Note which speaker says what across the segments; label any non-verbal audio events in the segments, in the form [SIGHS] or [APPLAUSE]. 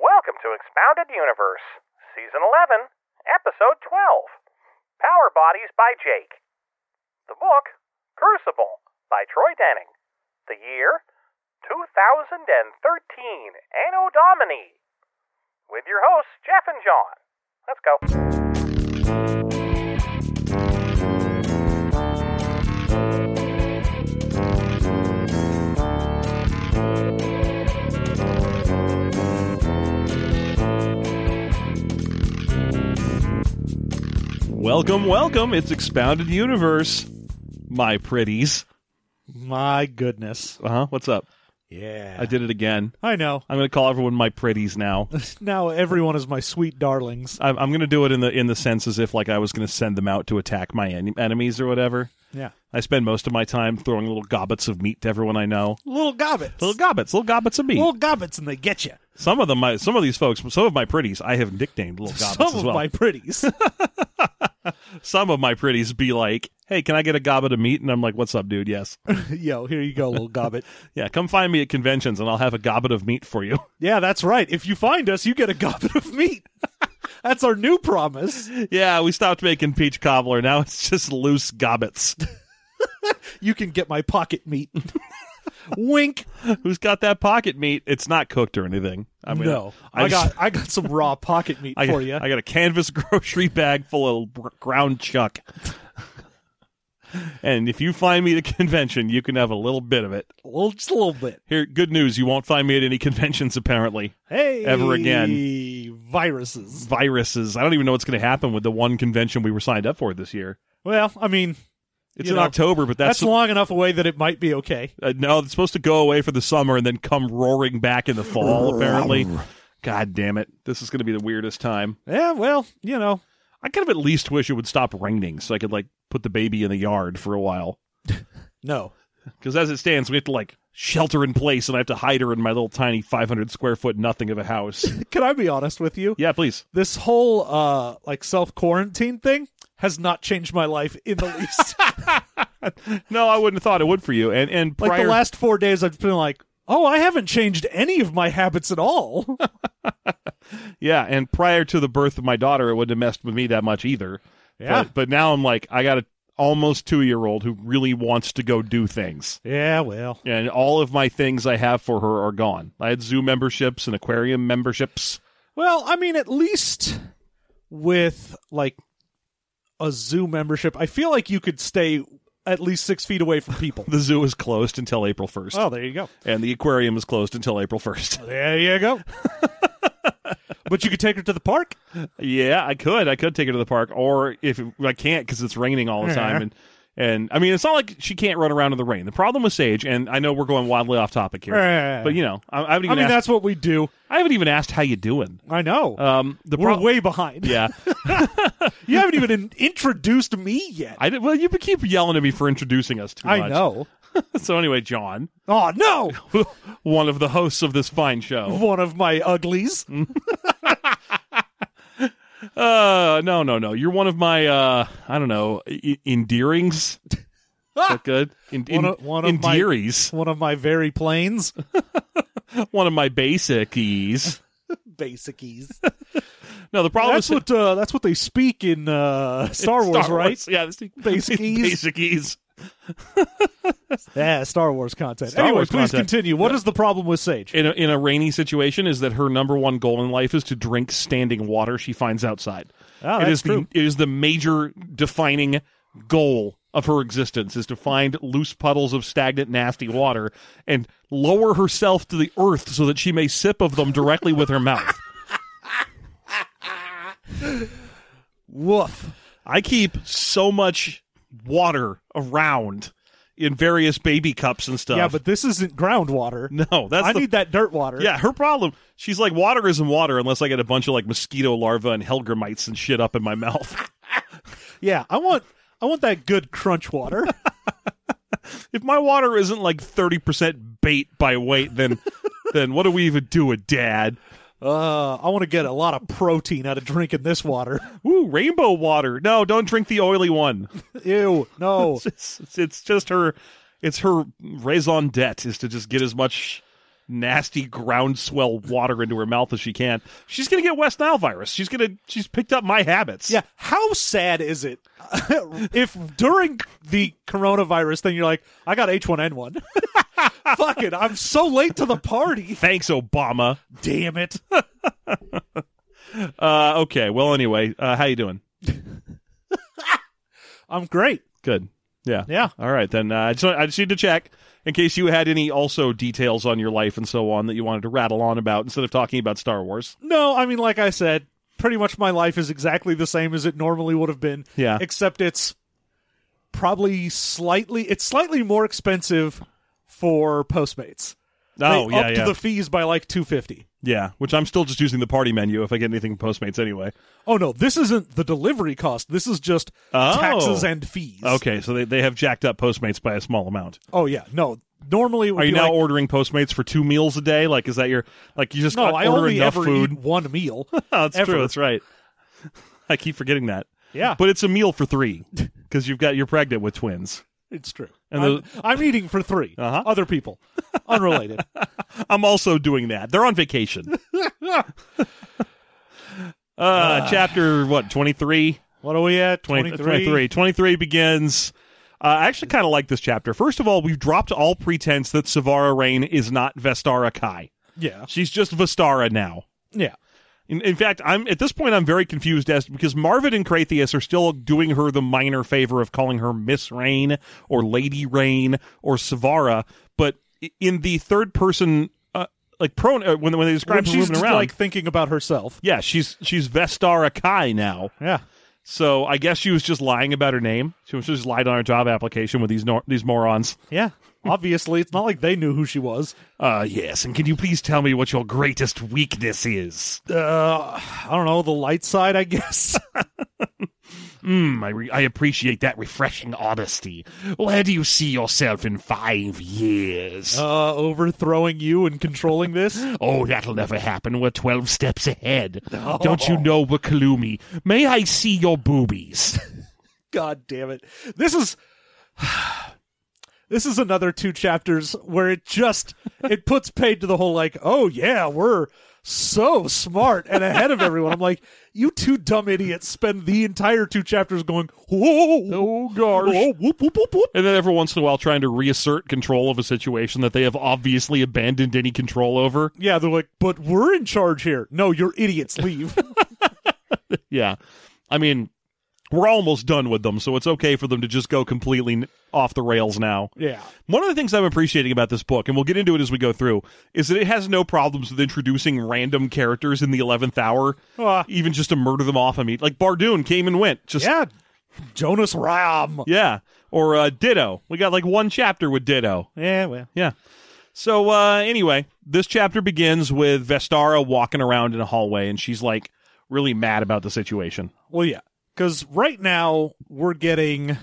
Speaker 1: Welcome to Expounded Universe, Season 11, Episode 12 Power Bodies by Jake. The book, Crucible, by Troy Denning. The year, 2013, Anno Domini. With your hosts, Jeff and John. Let's go.
Speaker 2: Welcome, welcome. It's Expounded Universe, my pretties.
Speaker 3: My goodness.
Speaker 2: Uh huh. What's up?
Speaker 3: Yeah.
Speaker 2: I did it again.
Speaker 3: I know. [LAUGHS]
Speaker 2: I'm going to call everyone my pretties now.
Speaker 3: Now everyone is my sweet darlings.
Speaker 2: I'm, I'm going to do it in the in the sense as if like I was going to send them out to attack my en- enemies or whatever.
Speaker 3: Yeah.
Speaker 2: I spend most of my time throwing little gobbets of meat to everyone I know.
Speaker 3: Little gobbets.
Speaker 2: Little gobbets, little gobbets of meat.
Speaker 3: Little gobbets, and they get you.
Speaker 2: some of them, my, some of these folks, some of my pretties, I have nicknamed little gobbets
Speaker 3: [LAUGHS] Some
Speaker 2: as
Speaker 3: of
Speaker 2: well. [LAUGHS]
Speaker 3: my pretties. [LAUGHS]
Speaker 2: some of my pretties be like, "Hey, can I get a gobbet of meat?" And I'm like, "What's up, dude? Yes, [LAUGHS]
Speaker 3: Yo, here you go, little gobbet.
Speaker 2: yeah, come find me at conventions, and I'll have a gobbet of meat for you."
Speaker 3: Yeah, that's right. If you find us, you get a gobbet of meat. [LAUGHS] that's our new promise.
Speaker 2: Yeah, we stopped making peach cobbler. Now it's just loose gobbets. [LAUGHS]
Speaker 3: You can get my pocket meat. [LAUGHS] Wink.
Speaker 2: Who's got that pocket meat? It's not cooked or anything. I mean,
Speaker 3: no,
Speaker 2: I,
Speaker 3: I,
Speaker 2: just-
Speaker 3: got I got some raw pocket meat
Speaker 2: [LAUGHS] I got,
Speaker 3: for you.
Speaker 2: I got a canvas [LAUGHS] grocery bag full of br- ground chuck. and if you find me at a convention, you can have a little bit of it.
Speaker 3: well, just a little bit.
Speaker 2: Here, good news, you won't find me at any conventions apparently.
Speaker 3: Hey,
Speaker 2: Ever again.
Speaker 3: viruses.
Speaker 2: Viruses. I don't even know what's going to happen with the one convention we were signed up for this year.
Speaker 3: Well, I mean,
Speaker 2: It's
Speaker 3: You
Speaker 2: in
Speaker 3: know,
Speaker 2: October, but
Speaker 3: that's,
Speaker 2: that's,
Speaker 3: long enough away that it might be okay.
Speaker 2: Uh, no, it's supposed to go away for the summer and then come roaring back in the fall, apparently. God damn it. This is going to be the weirdest time.
Speaker 3: Yeah, well, you know,
Speaker 2: I kind of at least wish it would stop raining so I could, like, put the baby in the yard for a while.
Speaker 3: no.
Speaker 2: Because as it stands, we have to, like, shelter in place and I have to hide her in my little tiny 500 square foot nothing of a
Speaker 3: [LAUGHS]
Speaker 2: house.
Speaker 3: Can I be honest with you?
Speaker 2: yeah, please.
Speaker 3: This whole uh like self quarantine thing has not changed my life in the [LAUGHS] least.
Speaker 2: No, I wouldn't have thought it would for you. And, and
Speaker 3: like
Speaker 2: prior.
Speaker 3: the last four days, I've been like, oh, I haven't changed any of my habits at all. [LAUGHS]
Speaker 2: Yeah, and prior to the birth of my daughter, it wouldn't have messed with me that much either.
Speaker 3: Yeah.
Speaker 2: But, but now I'm like, I got a almost two year old who really wants to go do things.
Speaker 3: yeah, well,
Speaker 2: and all of my things I have for her are gone. I had zoo memberships and aquarium memberships.
Speaker 3: well, I mean, at least with like a zoo membership, I feel like you could stay at least six feet away from people.
Speaker 2: The zoo is closed until April 1st,
Speaker 3: [LAUGHS] oh, there you go.
Speaker 2: and the aquarium is closed until April 1st.
Speaker 3: There you [LAUGHS] go. but you could take her to the park.
Speaker 2: [LAUGHS] yeah, I could. I could take her to the park, or if it- I can't because it's raining all the time.
Speaker 3: Yeah.
Speaker 2: And, and I mean, it's not like she can't run around in the rain. The problem with Sage, and I know we're going wildly off topic here,
Speaker 3: Yeah.
Speaker 2: but you know, I, I haven't
Speaker 3: I
Speaker 2: even
Speaker 3: mean,
Speaker 2: asked,
Speaker 3: that's what we do.
Speaker 2: I haven't even asked how you doing.
Speaker 3: I know.
Speaker 2: Um, the
Speaker 3: We're
Speaker 2: problem.
Speaker 3: way
Speaker 2: [LAUGHS]
Speaker 3: behind.
Speaker 2: yeah,
Speaker 3: [LAUGHS] You haven't even in- introduced me yet.
Speaker 2: I did, well, you keep yelling at me for introducing us too
Speaker 3: I
Speaker 2: much.
Speaker 3: know.
Speaker 2: [LAUGHS] So anyway, John, [LAUGHS]
Speaker 3: Oh no! [LAUGHS]
Speaker 2: one of the hosts of this fine show.
Speaker 3: One of my uglies.
Speaker 2: Mm.
Speaker 3: [LAUGHS]
Speaker 2: Uh, no, no, no. You're one of my, uh, I don't know, e- endearings. Is that good? En-
Speaker 3: One of-
Speaker 2: en-
Speaker 3: one of my-
Speaker 2: endearies. [LAUGHS]
Speaker 3: Ah! One of my very planes.
Speaker 2: One of my basicies.
Speaker 3: Basicies.
Speaker 2: No, the problem
Speaker 3: [LAUGHS] That's
Speaker 2: is
Speaker 3: what uh, that's what they speak
Speaker 2: [LAUGHS]
Speaker 3: in uh, Star Wars, right?
Speaker 2: Yeah, this thing, [LAUGHS]
Speaker 3: Basicies.
Speaker 2: Basicies.
Speaker 3: Yeah, Star Wars content.
Speaker 2: Star
Speaker 3: anyway,
Speaker 2: Wars
Speaker 3: please
Speaker 2: content.
Speaker 3: continue. What is the problem with Sage?
Speaker 2: In a, in a rainy situation, is that her number one goal in life is to drink standing water she finds outside.
Speaker 3: Ah,
Speaker 2: it
Speaker 3: that's
Speaker 2: is
Speaker 3: true.
Speaker 2: the it is the major defining goal of her existence is to find loose puddles of stagnant nasty water and lower herself to the earth so that she may sip of them directly with her mouth.
Speaker 3: Woof.
Speaker 2: [LAUGHS] I keep so much water around in various baby cups and stuff.
Speaker 3: Yeah, but this isn't groundwater.
Speaker 2: [LAUGHS] no, that's
Speaker 3: I
Speaker 2: the
Speaker 3: need that dirt water.
Speaker 2: yeah, her problem. She's like, water isn't water unless I get a bunch of like mosquito larvae and helgramites and shit up in my mouth. [LAUGHS]
Speaker 3: yeah. I want I want that good
Speaker 2: [LAUGHS]
Speaker 3: crunch water.
Speaker 2: if my water isn't like thirty percent bait by weight, then [LAUGHS] then what do we even do with dad?
Speaker 3: uh, I want to get a lot of protein out of drinking this water.
Speaker 2: [LAUGHS] Ooh, rainbow water. No, don't drink the oily one. [LAUGHS]
Speaker 3: Ew, no.
Speaker 2: It's, it's, it's just her. It's her raison d'être is to just get as much nasty groundswell water into her mouth as she can. She's going to get West Nile virus. She's going to she's picked up my habits.
Speaker 3: Yeah. How sad is it [LAUGHS] if during the coronavirus thing you're like, I got H1N1. [LAUGHS] Fuck it. I'm so late to the party. [LAUGHS]
Speaker 2: Thanks, Obama.
Speaker 3: Damn it.
Speaker 2: Uh, okay. Well, anyway, uh, how you doing?
Speaker 3: I'm great.
Speaker 2: Good. Yeah.
Speaker 3: Yeah.
Speaker 2: All right, then. Uh, I, just, I just need to check in case you had any also details on your life and so on that you wanted to rattle on about instead of talking about Star Wars.
Speaker 3: No, I mean, like I said, pretty much my life is exactly the same as it normally would have been.
Speaker 2: Yeah.
Speaker 3: Except it's probably slightly, it's slightly more expensive for Postmates.
Speaker 2: Oh,
Speaker 3: they
Speaker 2: yeah,
Speaker 3: upped
Speaker 2: yeah.
Speaker 3: the fees by like 250.
Speaker 2: yeah, which I'm still just using the party menu if I get anything from Postmates anyway.
Speaker 3: Oh no, this isn't the delivery cost. This is just
Speaker 2: Oh.
Speaker 3: taxes and fees.
Speaker 2: Okay, so they, they have jacked up Postmates by a small amount.
Speaker 3: Oh yeah, no. Normally, it would
Speaker 2: Are you
Speaker 3: be
Speaker 2: now
Speaker 3: like,
Speaker 2: ordering Postmates for two meals a day? Like, is that your like you just
Speaker 3: no?
Speaker 2: order
Speaker 3: I only
Speaker 2: enough
Speaker 3: ever
Speaker 2: food?
Speaker 3: eat
Speaker 2: [LAUGHS]
Speaker 3: one meal.
Speaker 2: Oh, that's
Speaker 3: ever.
Speaker 2: true. That's right. [LAUGHS] I keep forgetting that.
Speaker 3: Yeah.
Speaker 2: but it's a meal for three because you've got you're pregnant with twins.
Speaker 3: It's true.
Speaker 2: And
Speaker 3: I'm, I'm eating for 3
Speaker 2: Uh-huh.
Speaker 3: Other people,
Speaker 2: [LAUGHS]
Speaker 3: unrelated.
Speaker 2: I'm also doing that. They're on vacation. uh,
Speaker 3: Ah.
Speaker 2: chapter what 23?
Speaker 3: what are we at?
Speaker 2: 20,
Speaker 3: 23?
Speaker 2: 23. 23 begins. Uh, I actually kind of like this chapter. First of all, we've dropped all pretense that Savara Rain is not Vestara Kai.
Speaker 3: Yeah,
Speaker 2: She's just Vestara now.
Speaker 3: yeah.
Speaker 2: In, in fact, I'm at this point I'm very confused as because Marvin and Kratheus are still doing her the minor favor of calling her Miss Rain or Lady Rain or Savara, but i- in the third person uh, like pro uh, when when they describe
Speaker 3: When
Speaker 2: her
Speaker 3: she's
Speaker 2: moving
Speaker 3: just
Speaker 2: around,
Speaker 3: like thinking about herself.
Speaker 2: yeah, she's she's Vestara Kai now.
Speaker 3: Yeah.
Speaker 2: So I guess she was just lying about her name. She was she just lied on her job application with these nor- these morons.
Speaker 3: Yeah. [LAUGHS] Obviously, it's not like they knew who she was.
Speaker 2: Uh yes, and can you please tell me what your greatest weakness is?
Speaker 3: Uh, I don't know, the light side,
Speaker 2: [LAUGHS]
Speaker 3: I guess.
Speaker 2: Hmm, I, re- I appreciate that refreshing honesty. Where do you see yourself in five years?
Speaker 3: uh, overthrowing you and
Speaker 2: [LAUGHS]
Speaker 3: controlling this.
Speaker 2: oh, that'll never happen. We're 12 steps ahead. Don't you know we're Kalumi? May I see your boobies?
Speaker 3: God damn it. This is [SIGHS] This is another two chapters where it just it puts paid to the whole like, "Oh yeah, we're so smart and ahead of everyone." I'm like, "You two dumb idiots spend the entire two chapters going, "Whoa."
Speaker 2: oh, gosh.
Speaker 3: whoa, whoop, whoop, whoop, whoop.
Speaker 2: And then every once in a while trying to reassert control of a situation that they have obviously abandoned any control over.
Speaker 3: Yeah, they're like, but we're in charge here. No, you're idiots. [LAUGHS] Leave.
Speaker 2: Yeah. I mean, we're almost done with them, so it's okay for them to just go completely n- off the rails now.
Speaker 3: yeah.
Speaker 2: One of the things I'm appreciating about this book, and we'll get into it as we go through, is that it has no problems with introducing random characters in the 11th hour,
Speaker 3: Ah.
Speaker 2: even just to murder them off. I mean, like Bardoon came and went. Just,
Speaker 3: Yeah. Jonas Ram.
Speaker 2: yeah. Or uh, Ditto. We got like one chapter with Ditto.
Speaker 3: Yeah, well.
Speaker 2: Yeah. So uh, anyway, this chapter begins with Vestara walking around in a hallway, and she's like really mad about the situation.
Speaker 3: Well, yeah, because right now we're getting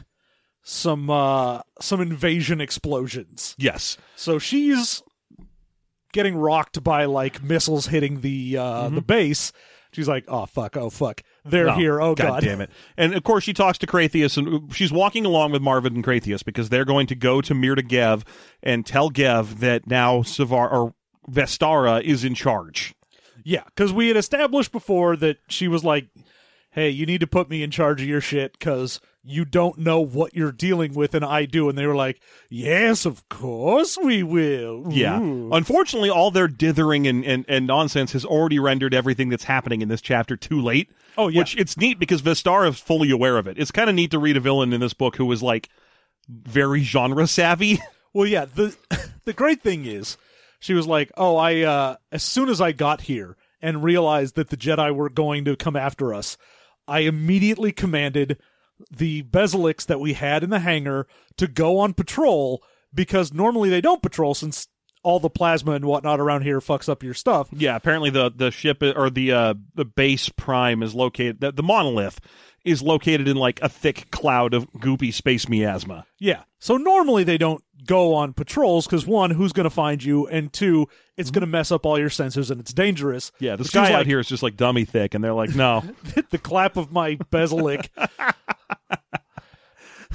Speaker 3: some uh some invasion explosions.
Speaker 2: Yes.
Speaker 3: So she's getting rocked by like missiles hitting the uh the
Speaker 2: Mm-hmm.
Speaker 3: base. She's like, "Oh fuck! Oh fuck! They're
Speaker 2: No.
Speaker 3: here! Oh god,
Speaker 2: damn it! And of course, she talks to Kratheus, and she's walking along with Marvin and Kratheus because they're going to go to Mirta Gev and tell Gev that now Savar or Vestara is in charge.
Speaker 3: [LAUGHS] Yeah, because we had established before that she was like, "Hey, you need to put me in charge of your shit because you don't know what you're dealing with, and I do." And they were like, "Yes, of course we will."
Speaker 2: Yeah.
Speaker 3: Ooh.
Speaker 2: Unfortunately, all their dithering and, and, and nonsense has already rendered everything that's happening in this chapter too late.
Speaker 3: Oh, yeah.
Speaker 2: Which it's neat because Vestara is fully aware of it. It's kind of neat to read a villain in this book who is like very genre savvy. [LAUGHS]
Speaker 3: Well, yeah. the [LAUGHS] The great thing is, she was like, "Oh, I uh, as soon as I got here and realized that the Jedi were going to come after us, I immediately commanded the Bezalix that we had in the hangar to go on patrol because normally they don't patrol since." All the plasma and whatnot around here fucks up your stuff.
Speaker 2: Yeah, apparently the the ship or the uh the base prime is located the, the monolith is located in like a thick cloud of goopy space miasma.
Speaker 3: Yeah. So normally they don't go on patrols because one, who's going to find you, and two, it's going to mess up all your sensors and it's dangerous.
Speaker 2: Mm-hmm. Yeah, the
Speaker 3: But she's
Speaker 2: sky out
Speaker 3: like,
Speaker 2: here is just like dummy thick, and they're like,
Speaker 3: [LAUGHS]
Speaker 2: no,
Speaker 3: the clap of my bezelic.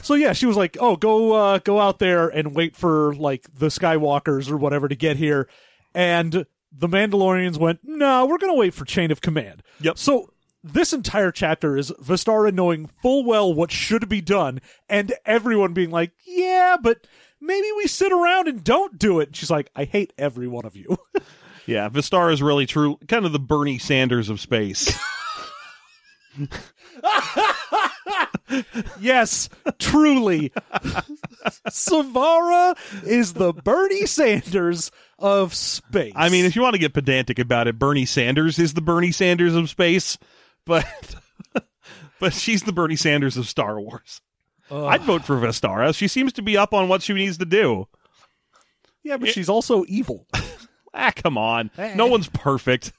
Speaker 3: so yeah, she was like, "Oh, go uh, go out there and wait for like the Skywalkers or whatever to get here." and the Mandalorians went, "No, we're going to wait for chain of command."
Speaker 2: Yep.
Speaker 3: So this entire chapter is Vistara knowing full well what should be done, and everyone being like, "Yeah, but maybe we sit around and don't do it." And she's like, "I hate every one of you."
Speaker 2: Yeah, Vistar is really true, kind of the Bernie Sanders of space.
Speaker 3: yes, truly, Savara is the Bernie Sanders of space.
Speaker 2: I mean, if you want to get pedantic about it, Bernie Sanders is the Bernie Sanders of space, but [LAUGHS] but she's the Bernie Sanders of Star Wars.
Speaker 3: Ugh.
Speaker 2: I'd vote for Vistara. She seems to be up on what she needs to do.
Speaker 3: yeah, but she's also evil.
Speaker 2: Ah, come on. No one's perfect.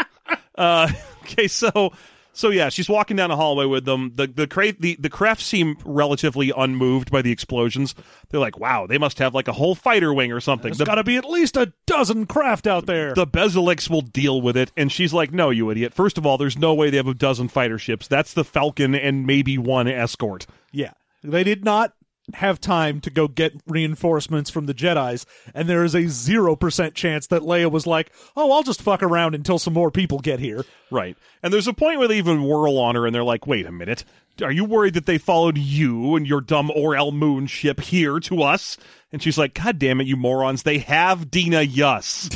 Speaker 2: [LAUGHS] uh, okay, so so yeah, she's walking down a hallway with them. The the cra- the the Krefts seem relatively unmoved by the explosions. They're like, wow, they must have like a whole fighter wing or something.
Speaker 3: There's
Speaker 2: The,
Speaker 3: got to be at least a dozen craft out there.
Speaker 2: the Bezilix will deal with it. And she's like, no, you idiot. First of all, there's no way they have a dozen fighter ships. That's the Falcon and maybe one escort.
Speaker 3: yeah, they did not have time to go get reinforcements from the Jedi's, and there is a zero percent chance that Leia was like, "Oh, I'll just fuck around until some more people get here."
Speaker 2: Right. And there's a point where they even whirl on her and they're like, wait a minute. Are you worried that they followed you and your dumb Orel Moon ship here to us? And she's like, God damn it, you morons. They have Dina Yus.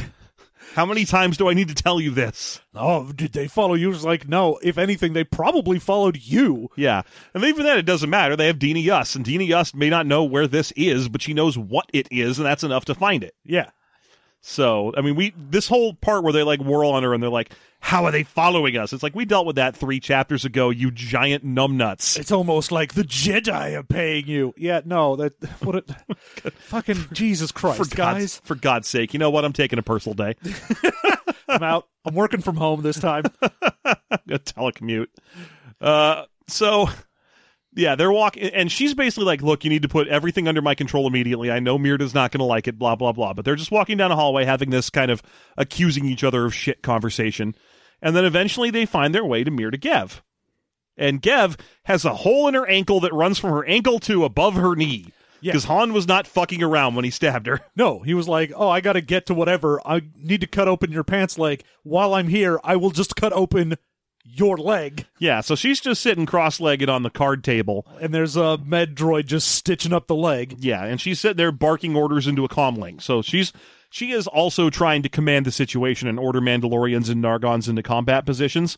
Speaker 2: How many times do I need to tell you this?
Speaker 3: Oh, did they follow you? It's like, no. If anything, they probably followed you.
Speaker 2: Yeah. And even then, it doesn't matter. They have Dina Yus, and Dina Yus may not know where this is, but she knows what it is, and that's enough to find it.
Speaker 3: Yeah,
Speaker 2: So, I mean, we this whole part where they like whirl on her and they're like, "How are they following us?" It's like we dealt with that three chapters ago. You giant numbnuts.
Speaker 3: it's almost like the Jedi are paying you. Yeah, no, that what
Speaker 2: [LAUGHS]
Speaker 3: a fucking Jesus
Speaker 2: For
Speaker 3: Christ,
Speaker 2: God's,
Speaker 3: guys,
Speaker 2: for God's sake, you know what? I'm taking a personal day, [LAUGHS]
Speaker 3: I'm out. I'm working from home this time.
Speaker 2: a telecommute. Uh, so yeah, they're walking, and she's basically like, "Look, you need to put everything under my control immediately. I know Myrda's not going to like it, blah blah blah." But they're just walking down a hallway, having this kind of accusing each other of shit conversation, and then eventually they find their way to Myrda Gev, and Gev has a hole in her ankle that runs from her ankle to above her knee
Speaker 3: Yeah.
Speaker 2: because Han was not fucking around when he stabbed her. [LAUGHS]
Speaker 3: No, he was like, "Oh, I got to get to whatever. I need to cut open your pants leg. While I'm here, I will just cut open your leg."
Speaker 2: Yeah, so she's just sitting cross-legged on the card table.
Speaker 3: And there's a med droid just stitching up the leg.
Speaker 2: Yeah, and she's sitting there barking orders into a comlink. So she's she is also trying to command the situation and order Mandalorians and Nargons into combat positions.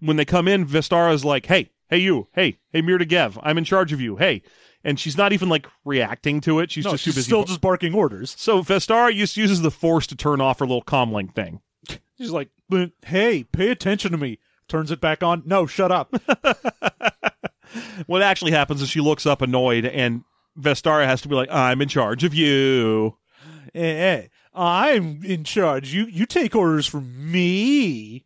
Speaker 2: When they come in, Vistara's like, "Hey, hey you, hey, hey Mirta Gev, I'm in charge of you. Hey." And she's not even like reacting to it. She's
Speaker 3: No,
Speaker 2: just
Speaker 3: she's
Speaker 2: too busy.
Speaker 3: still just barking orders.
Speaker 2: so Vestara just uses the force to turn off her little comlink thing.
Speaker 3: She's like, "Hey, pay attention to me." Turns it back on. No, shut up.
Speaker 2: What actually happens is she looks up annoyed and Vestara has to be like, "I'm in charge of you."
Speaker 3: Eh, eh. I'm in charge. You you take orders from me.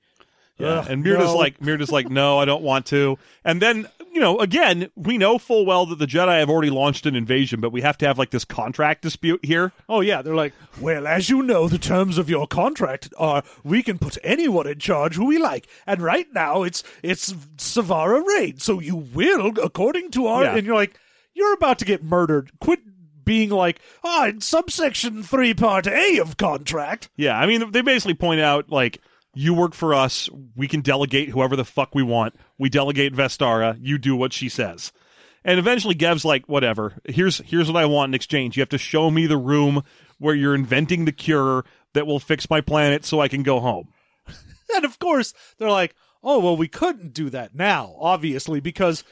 Speaker 2: Yeah.
Speaker 3: Ugh,
Speaker 2: and Myrda's
Speaker 3: no.
Speaker 2: like, Myrda's like, no, I don't want to. And then, you know, again, we know full well that the Jedi have already launched an invasion, but we have to have like this contract dispute here.
Speaker 3: Oh yeah, they're like, well, as you know, the terms of your contract are we can put anyone in charge who we like, and right now it's it's Savara Raid, so you will, according to our,
Speaker 2: Yeah.
Speaker 3: and you're like, you're about to get murdered. Quit being like, ah, in subsection three, part A of contract.
Speaker 2: Yeah. I mean, they basically point out like, you work for us. We can delegate whoever the fuck we want. We delegate Vestara. You do what she says. And eventually Gev's like, whatever. Here's here's what I want in exchange. You have to show me the room where you're inventing the cure that will fix my planet so I can go home.
Speaker 3: [LAUGHS] And of course, they're like, oh, well, we couldn't do that now, obviously, because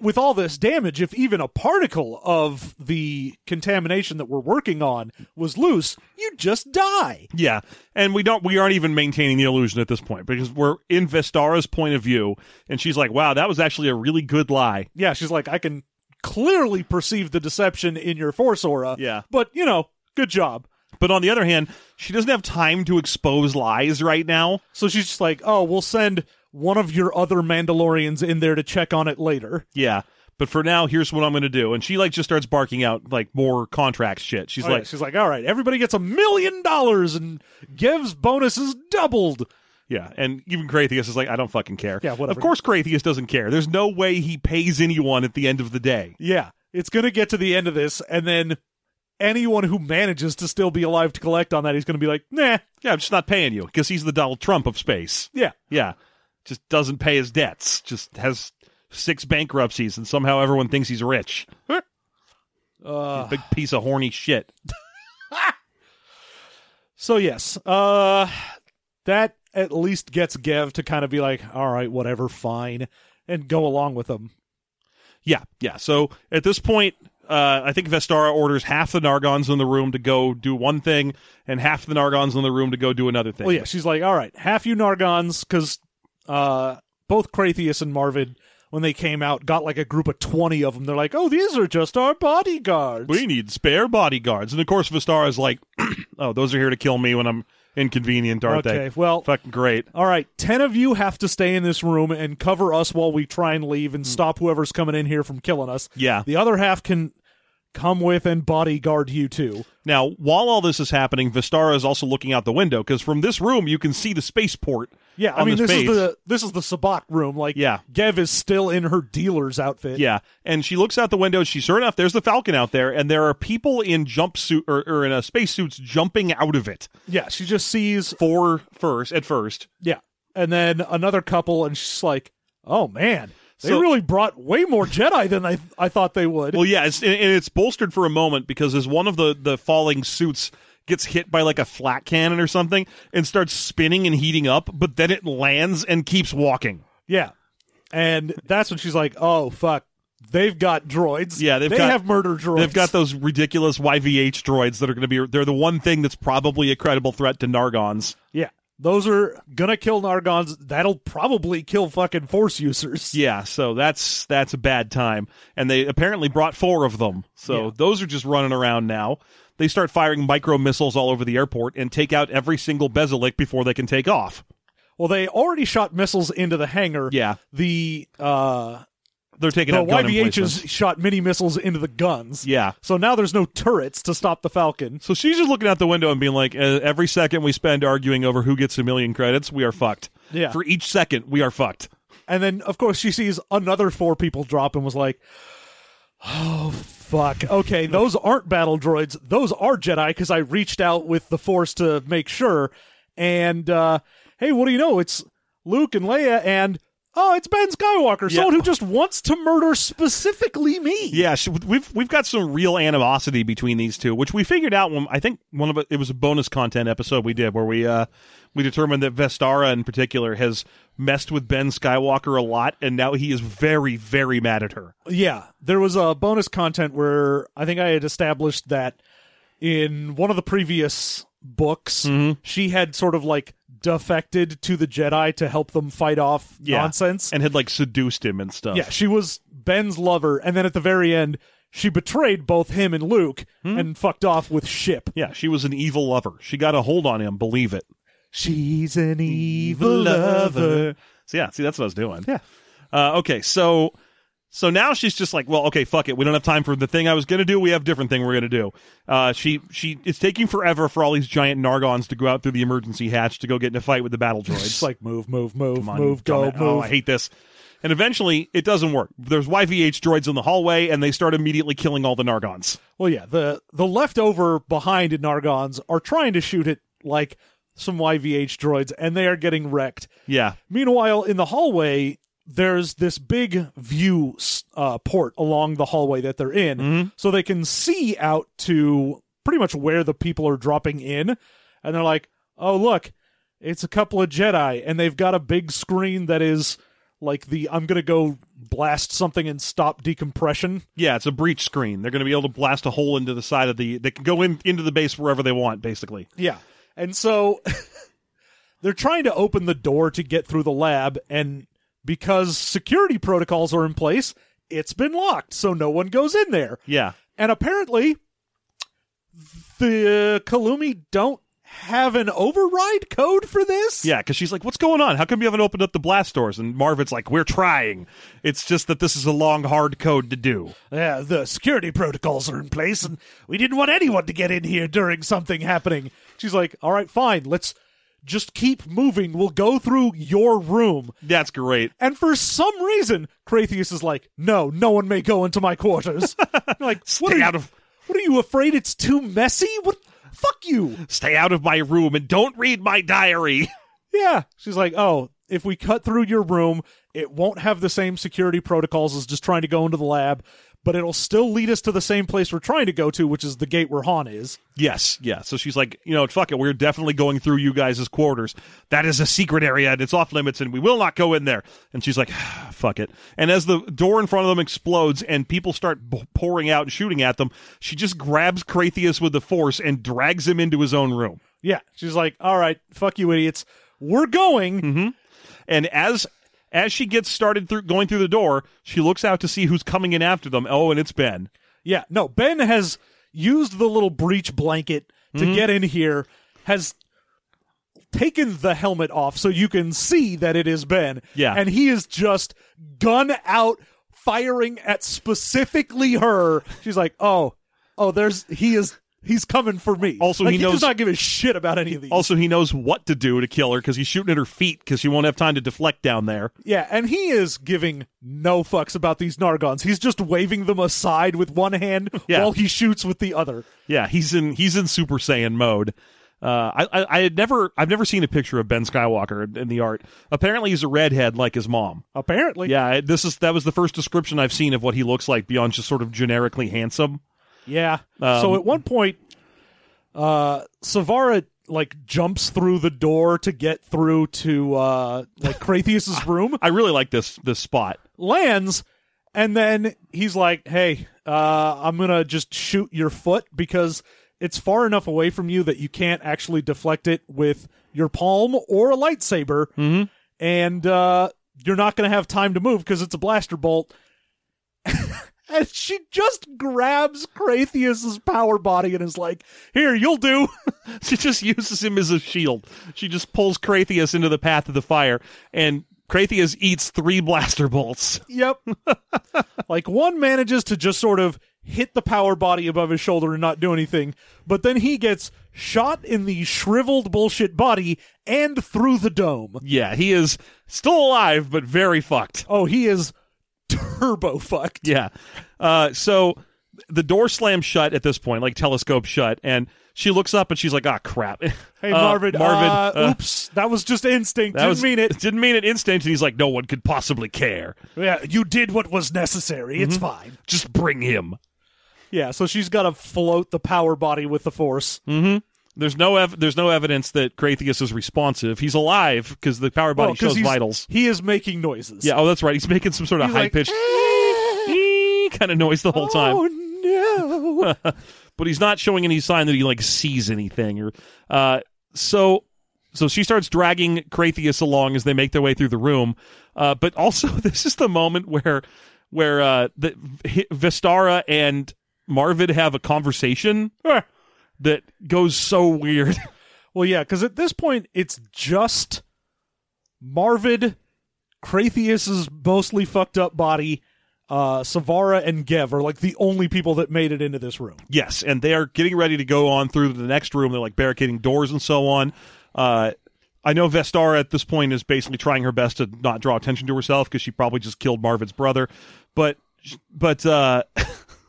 Speaker 3: with all this damage, if even a particle of the contamination that we're working on was loose, you'd just die.
Speaker 2: Yeah, and we don't we aren't even maintaining the illusion at this point because we're in Vestara's point of view, and she's like, "Wow, that was actually a really good lie."
Speaker 3: Yeah, she's like, I can clearly perceive the deception in your force aura.
Speaker 2: Yeah.
Speaker 3: But, you know, good job.
Speaker 2: But on the other hand, she doesn't have time to expose lies right now.
Speaker 3: So she's just like, oh, we'll send one of your other Mandalorians in there to check on it later.
Speaker 2: Yeah, but for now, here's what I'm going to do, and she like just starts barking out like more contract shit. She's
Speaker 3: She's
Speaker 2: like,
Speaker 3: like, Oh, she's like, all right, everybody gets a million dollars and gives bonuses doubled.
Speaker 2: Yeah, and even Kratheus is like, I don't fucking care.
Speaker 3: Yeah, whatever.
Speaker 2: Of course, Kratheus doesn't care. There's no way he pays anyone at the end of the day.
Speaker 3: Yeah, it's going to get to the end of this, and then anyone who manages to still be alive to collect on that, he's going to be like, nah,
Speaker 2: Yeah, I'm just not paying you because he's the Donald Trump of space.
Speaker 3: yeah,
Speaker 2: Yeah. Just doesn't pay his debts. Just has six bankruptcies and somehow everyone thinks he's rich.
Speaker 3: uh, [SIGHS]
Speaker 2: Big piece of horny shit.
Speaker 3: So yes, uh that at least gets Gev to kind of be like, all right, whatever, fine, and go along with them.
Speaker 2: Yeah, yeah. So at this point, uh, I think Vestara orders half the Nargons in the room to go do one thing and half the Nargons in the room to go do another thing.
Speaker 3: Well, Oh, yeah, she's like, all right, half you Nargons, because uh, both Crathius and Marvid, when they came out, got like a group of twenty of them. They're like, oh, these are just our bodyguards.
Speaker 2: We need spare bodyguards. And of course, Vestara's like, [CLEARS THROAT] oh, those are here to kill me when I'm inconvenient, aren't
Speaker 3: okay,
Speaker 2: they?
Speaker 3: well,
Speaker 2: Fucking great.
Speaker 3: all right, ten of you have to stay in this room and cover us while we try and leave and stop whoever's coming in here from killing us.
Speaker 2: Hmm. Yeah.
Speaker 3: The other half can come with and bodyguard you too.
Speaker 2: Now, while all this is happening, Vistara is also looking out the window because from this room you can see the spaceport.
Speaker 3: Yeah, I
Speaker 2: on
Speaker 3: mean
Speaker 2: the
Speaker 3: this
Speaker 2: space.
Speaker 3: is the this is the Sabat room. Like,
Speaker 2: Yeah.
Speaker 3: Gev is still in her dealer's
Speaker 2: [LAUGHS]
Speaker 3: outfit.
Speaker 2: yeah, and she looks out the window. She sure enough, there's the Falcon out there, and there are people in jumpsuit or, or in uh, spacesuits jumping out of it.
Speaker 3: yeah. She just sees
Speaker 2: Four first at first.
Speaker 3: yeah, and then another couple, and she's like, "Oh man, they
Speaker 2: So-
Speaker 3: really brought way more Jedi than I I thought they would."
Speaker 2: Well, yeah, it's, and and it's bolstered for a moment because as one of the the falling suits gets hit by like a flat cannon or something and starts spinning and heating up, but then it lands and keeps walking.
Speaker 3: yeah, and that's when she's like, "Oh fuck, they've got droids.
Speaker 2: Yeah, they've
Speaker 3: they
Speaker 2: got-
Speaker 3: have murder droids.
Speaker 2: They've got those ridiculous YVH droids that are going to be. They're the one thing that's probably a credible threat to Nargons.
Speaker 3: yeah, those are gonna kill Nargons. That'll probably kill fucking Force users.
Speaker 2: Yeah, so that's that's a bad time. And they apparently brought four of them. So
Speaker 3: Yeah.
Speaker 2: those are just running around now. They start firing micro missiles all over the airport and take out every single Bezalik before they can take off.
Speaker 3: Well, they already shot missiles into the hangar.
Speaker 2: Yeah.
Speaker 3: the uh.
Speaker 2: They're taking
Speaker 3: the
Speaker 2: out gun
Speaker 3: YVHs
Speaker 2: emplacements.
Speaker 3: shot mini missiles into the guns.
Speaker 2: Yeah.
Speaker 3: So now there's no turrets to stop the Falcon.
Speaker 2: So she's just looking out the window and being like, "Uh, every second we spend arguing over who gets a million credits, we are fucked.
Speaker 3: Yeah.
Speaker 2: For each second, we are fucked.
Speaker 3: And then, of course, she sees another four people drop and was like, oh, fuck. Okay, those aren't battle droids. Those are Jedi because I reached out with the Force to make sure. And, uh, hey, what do you know? It's Luke and Leia and. Oh, it's Ben Skywalker,
Speaker 2: Yeah.
Speaker 3: someone who just wants to murder specifically me.
Speaker 2: Yeah, sh- we've we've got some real animosity between these two, which we figured out when I think one of it, it was a bonus content episode we did where we uh we determined that Vestara in particular has messed with Ben Skywalker a lot, and now he is very very mad at her.
Speaker 3: Yeah, there was a bonus content where I think I had established that in one of the previous books,
Speaker 2: Mm-hmm.
Speaker 3: she had sort of like defected to the Jedi to help them fight off
Speaker 2: Yeah.
Speaker 3: nonsense.
Speaker 2: and had like seduced him and stuff.
Speaker 3: yeah, she was Ben's lover, and then at the very end, she betrayed both him and Luke
Speaker 2: Hmm?
Speaker 3: and fucked off with ship.
Speaker 2: yeah, she was an evil lover. She got a hold on him. Believe it.
Speaker 3: She's an evil lover.
Speaker 2: So yeah, see that's what I was doing.
Speaker 3: Yeah.
Speaker 2: Uh, okay, so so now she's just like, well, okay, fuck it. We don't have time for the thing I was gonna do. We have different thing we're gonna do. Uh, she she it's taking forever for all these giant Nargons to go out through the emergency hatch to go get in a fight with the battle droids.
Speaker 3: [LAUGHS] She's like, move, move, move,
Speaker 2: Come on,
Speaker 3: move, go,
Speaker 2: dumb-
Speaker 3: move.
Speaker 2: Oh, I hate this. And eventually, it doesn't work. There's YVH droids in the hallway, and they start immediately killing all the Nargons.
Speaker 3: Well, yeah, the the leftover behind Nargons are trying to shoot at like some YVH droids, and they are getting wrecked.
Speaker 2: Yeah,
Speaker 3: Meanwhile, in the hallway, there's this big view s- uh, port along the hallway that they're in, so they can see out to pretty much where the people are dropping in, and they're like, "Oh, look, it's a couple of Jedi," and they've got a big screen that is like the "I'm gonna go blast something and stop decompression."
Speaker 2: yeah. It's a breach screen. They're going to be able to blast a hole into the side of the. They can go in into the base wherever they want, basically.
Speaker 3: Yeah. And so [LAUGHS] they're trying to open the door to get through the lab, and because security protocols are in place, it's been locked, so no one goes in there.
Speaker 2: Yeah.
Speaker 3: And apparently, the Kalumi don't have an override code for this.
Speaker 2: Yeah, because she's like, "What's going on? How come you haven't opened up the blast doors?" And Marvin's like, "We're trying. It's just that this is a long, hard code to do."
Speaker 3: Yeah, the security protocols are in place, and we didn't want anyone to get in here during something happening. She's like, all right, fine, let's just keep moving. We'll go through your room.
Speaker 2: That's great.
Speaker 3: And for some reason, Crathius is like, no, no one may go into my quarters.
Speaker 2: [LAUGHS] like,
Speaker 3: what
Speaker 2: stay
Speaker 3: are you-
Speaker 2: out of
Speaker 3: What are you afraid? It's too messy. What? Fuck you.
Speaker 2: Stay out of my room and don't read my diary. [LAUGHS]
Speaker 3: Yeah. She's like, oh, if we cut through your room, it won't have the same security protocols as just trying to go into the lab, but it'll still lead us to the same place we're trying to go to, which is the gate where Han is.
Speaker 2: Yes, yeah. So she's like, you know, fuck it. We're definitely going through you guys' quarters. That is a secret area and it's off limits and we will not go in there. And she's like, [SIGHS] fuck it. And as the door in front of them explodes and people start b- pouring out and shooting at them, she just grabs Kratheus with the force and drags him into his own room.
Speaker 3: Yeah. She's like, all right, fuck you, idiots. We're going.
Speaker 2: And as as she gets started through going through the door, she looks out to see who's coming in after them. Oh, and it's Ben.
Speaker 3: Yeah. No, Ben has used the little breech blanket to
Speaker 2: Mm-hmm.
Speaker 3: get in here, has taken the helmet off so you can see that it is Ben.
Speaker 2: Yeah.
Speaker 3: And he is just gun out firing at specifically her. She's like, "Oh, oh, there's he is he's coming for me."
Speaker 2: Also,
Speaker 3: Like,
Speaker 2: he knows-
Speaker 3: does not give a shit about any of these.
Speaker 2: Also, he knows what to do to kill her because he's shooting at her feet because she won't have time to deflect down there.
Speaker 3: yeah, and he is giving no fucks about these Nargons. He's just waving them aside with one hand
Speaker 2: Yeah.
Speaker 3: while he shoots with the other.
Speaker 2: Yeah, he's in he's in Super Saiyan mode. Uh, I, I I had never I've never seen a picture of Ben Skywalker in, in the art. Apparently, he's a redhead like his mom.
Speaker 3: Apparently.
Speaker 2: Yeah, I- this is that was the first description I've seen of what he looks like beyond just sort of generically handsome.
Speaker 3: Yeah.
Speaker 2: Um,
Speaker 3: so at one point, uh, Savara like jumps through the door to get through to uh, like Kratheus's room,
Speaker 2: I really like this this spot.
Speaker 3: lands, and then he's like, "Hey, uh, I'm gonna just shoot your foot because it's far enough away from you that you can't actually deflect it with your palm or a lightsaber, and uh, you're not gonna have time to move because it's a blaster bolt." [LAUGHS] And she just grabs Kratheus's power body and is like, "Here, you'll do."
Speaker 2: [LAUGHS] She just uses him as a shield. She just pulls Kratheus into the path of the fire, and Kratheus eats three blaster bolts. [LAUGHS]
Speaker 3: yep. like one manages to just sort of hit the power body above his shoulder and not do anything, but then he gets shot in the shriveled bullshit body and through the dome.
Speaker 2: Yeah, he is still alive, but very fucked.
Speaker 3: Oh, he is turbo fucked.
Speaker 2: Yeah. Uh, so the door slams shut at this point, like telescope shut, and she looks up and she's like, "Ah, crap." [LAUGHS]
Speaker 3: Hey
Speaker 2: Uh,
Speaker 3: Marvin,
Speaker 2: Marvin,
Speaker 3: uh,
Speaker 2: uh,
Speaker 3: oops, that was just instinct.
Speaker 2: that
Speaker 3: Didn't
Speaker 2: was-
Speaker 3: mean
Speaker 2: [LAUGHS]
Speaker 3: it.
Speaker 2: Didn't mean it. Instinct, and he's like, "No one could possibly care.
Speaker 3: Yeah, you did what was necessary. It's
Speaker 2: Mm-hmm.
Speaker 3: fine.
Speaker 2: Just bring him."
Speaker 3: Yeah, so she's got to float the power body with the force.
Speaker 2: Mm-hmm. There's no ev- there's no evidence that Kratheus is responsive. He's alive because the power body
Speaker 3: Well, Oh, 'cause
Speaker 2: shows
Speaker 3: he's-
Speaker 2: vitals.
Speaker 3: He is making noises.
Speaker 2: Yeah, oh, that's right. He's making some sort of
Speaker 3: He's like,
Speaker 2: high pitched
Speaker 3: "Eh,
Speaker 2: [LAUGHS] kind of noise the whole time,
Speaker 3: Oh no.
Speaker 2: but he's not showing any sign that he like sees anything. Or uh, so, so she starts dragging Kratheus along as they make their way through the room. Uh, but also, [LAUGHS] this is the moment where where uh, the H- Vistara and Marvid have a conversation [LAUGHS] that goes so weird. [LAUGHS]
Speaker 3: Well, yeah, because at this point it's just Marvid, Kratheus's mostly fucked up body, uh, Savara, and Gev are like the only people that made it into this room.
Speaker 2: Yes, and they are getting ready to go on through to the next room. They're like barricading doors and so on. Uh, I know Vestara at this point is basically trying her best to not draw attention to herself because she probably just killed Marvin's brother. But but uh,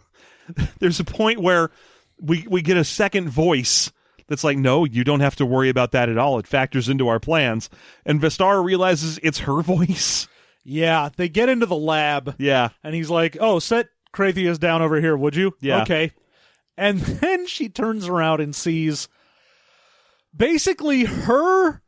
Speaker 2: [LAUGHS] there's a point where we we get a second voice that's like, no, you don't have to worry about that at all. It factors into our plans. And Vestara realizes it's her [LAUGHS] voice.
Speaker 3: Yeah, they get into the lab,
Speaker 2: Yeah.
Speaker 3: and he's like, "Oh, set Kratheus down over here, would you?"
Speaker 2: Yeah.
Speaker 3: Okay. And [LAUGHS] then she turns around and sees basically her,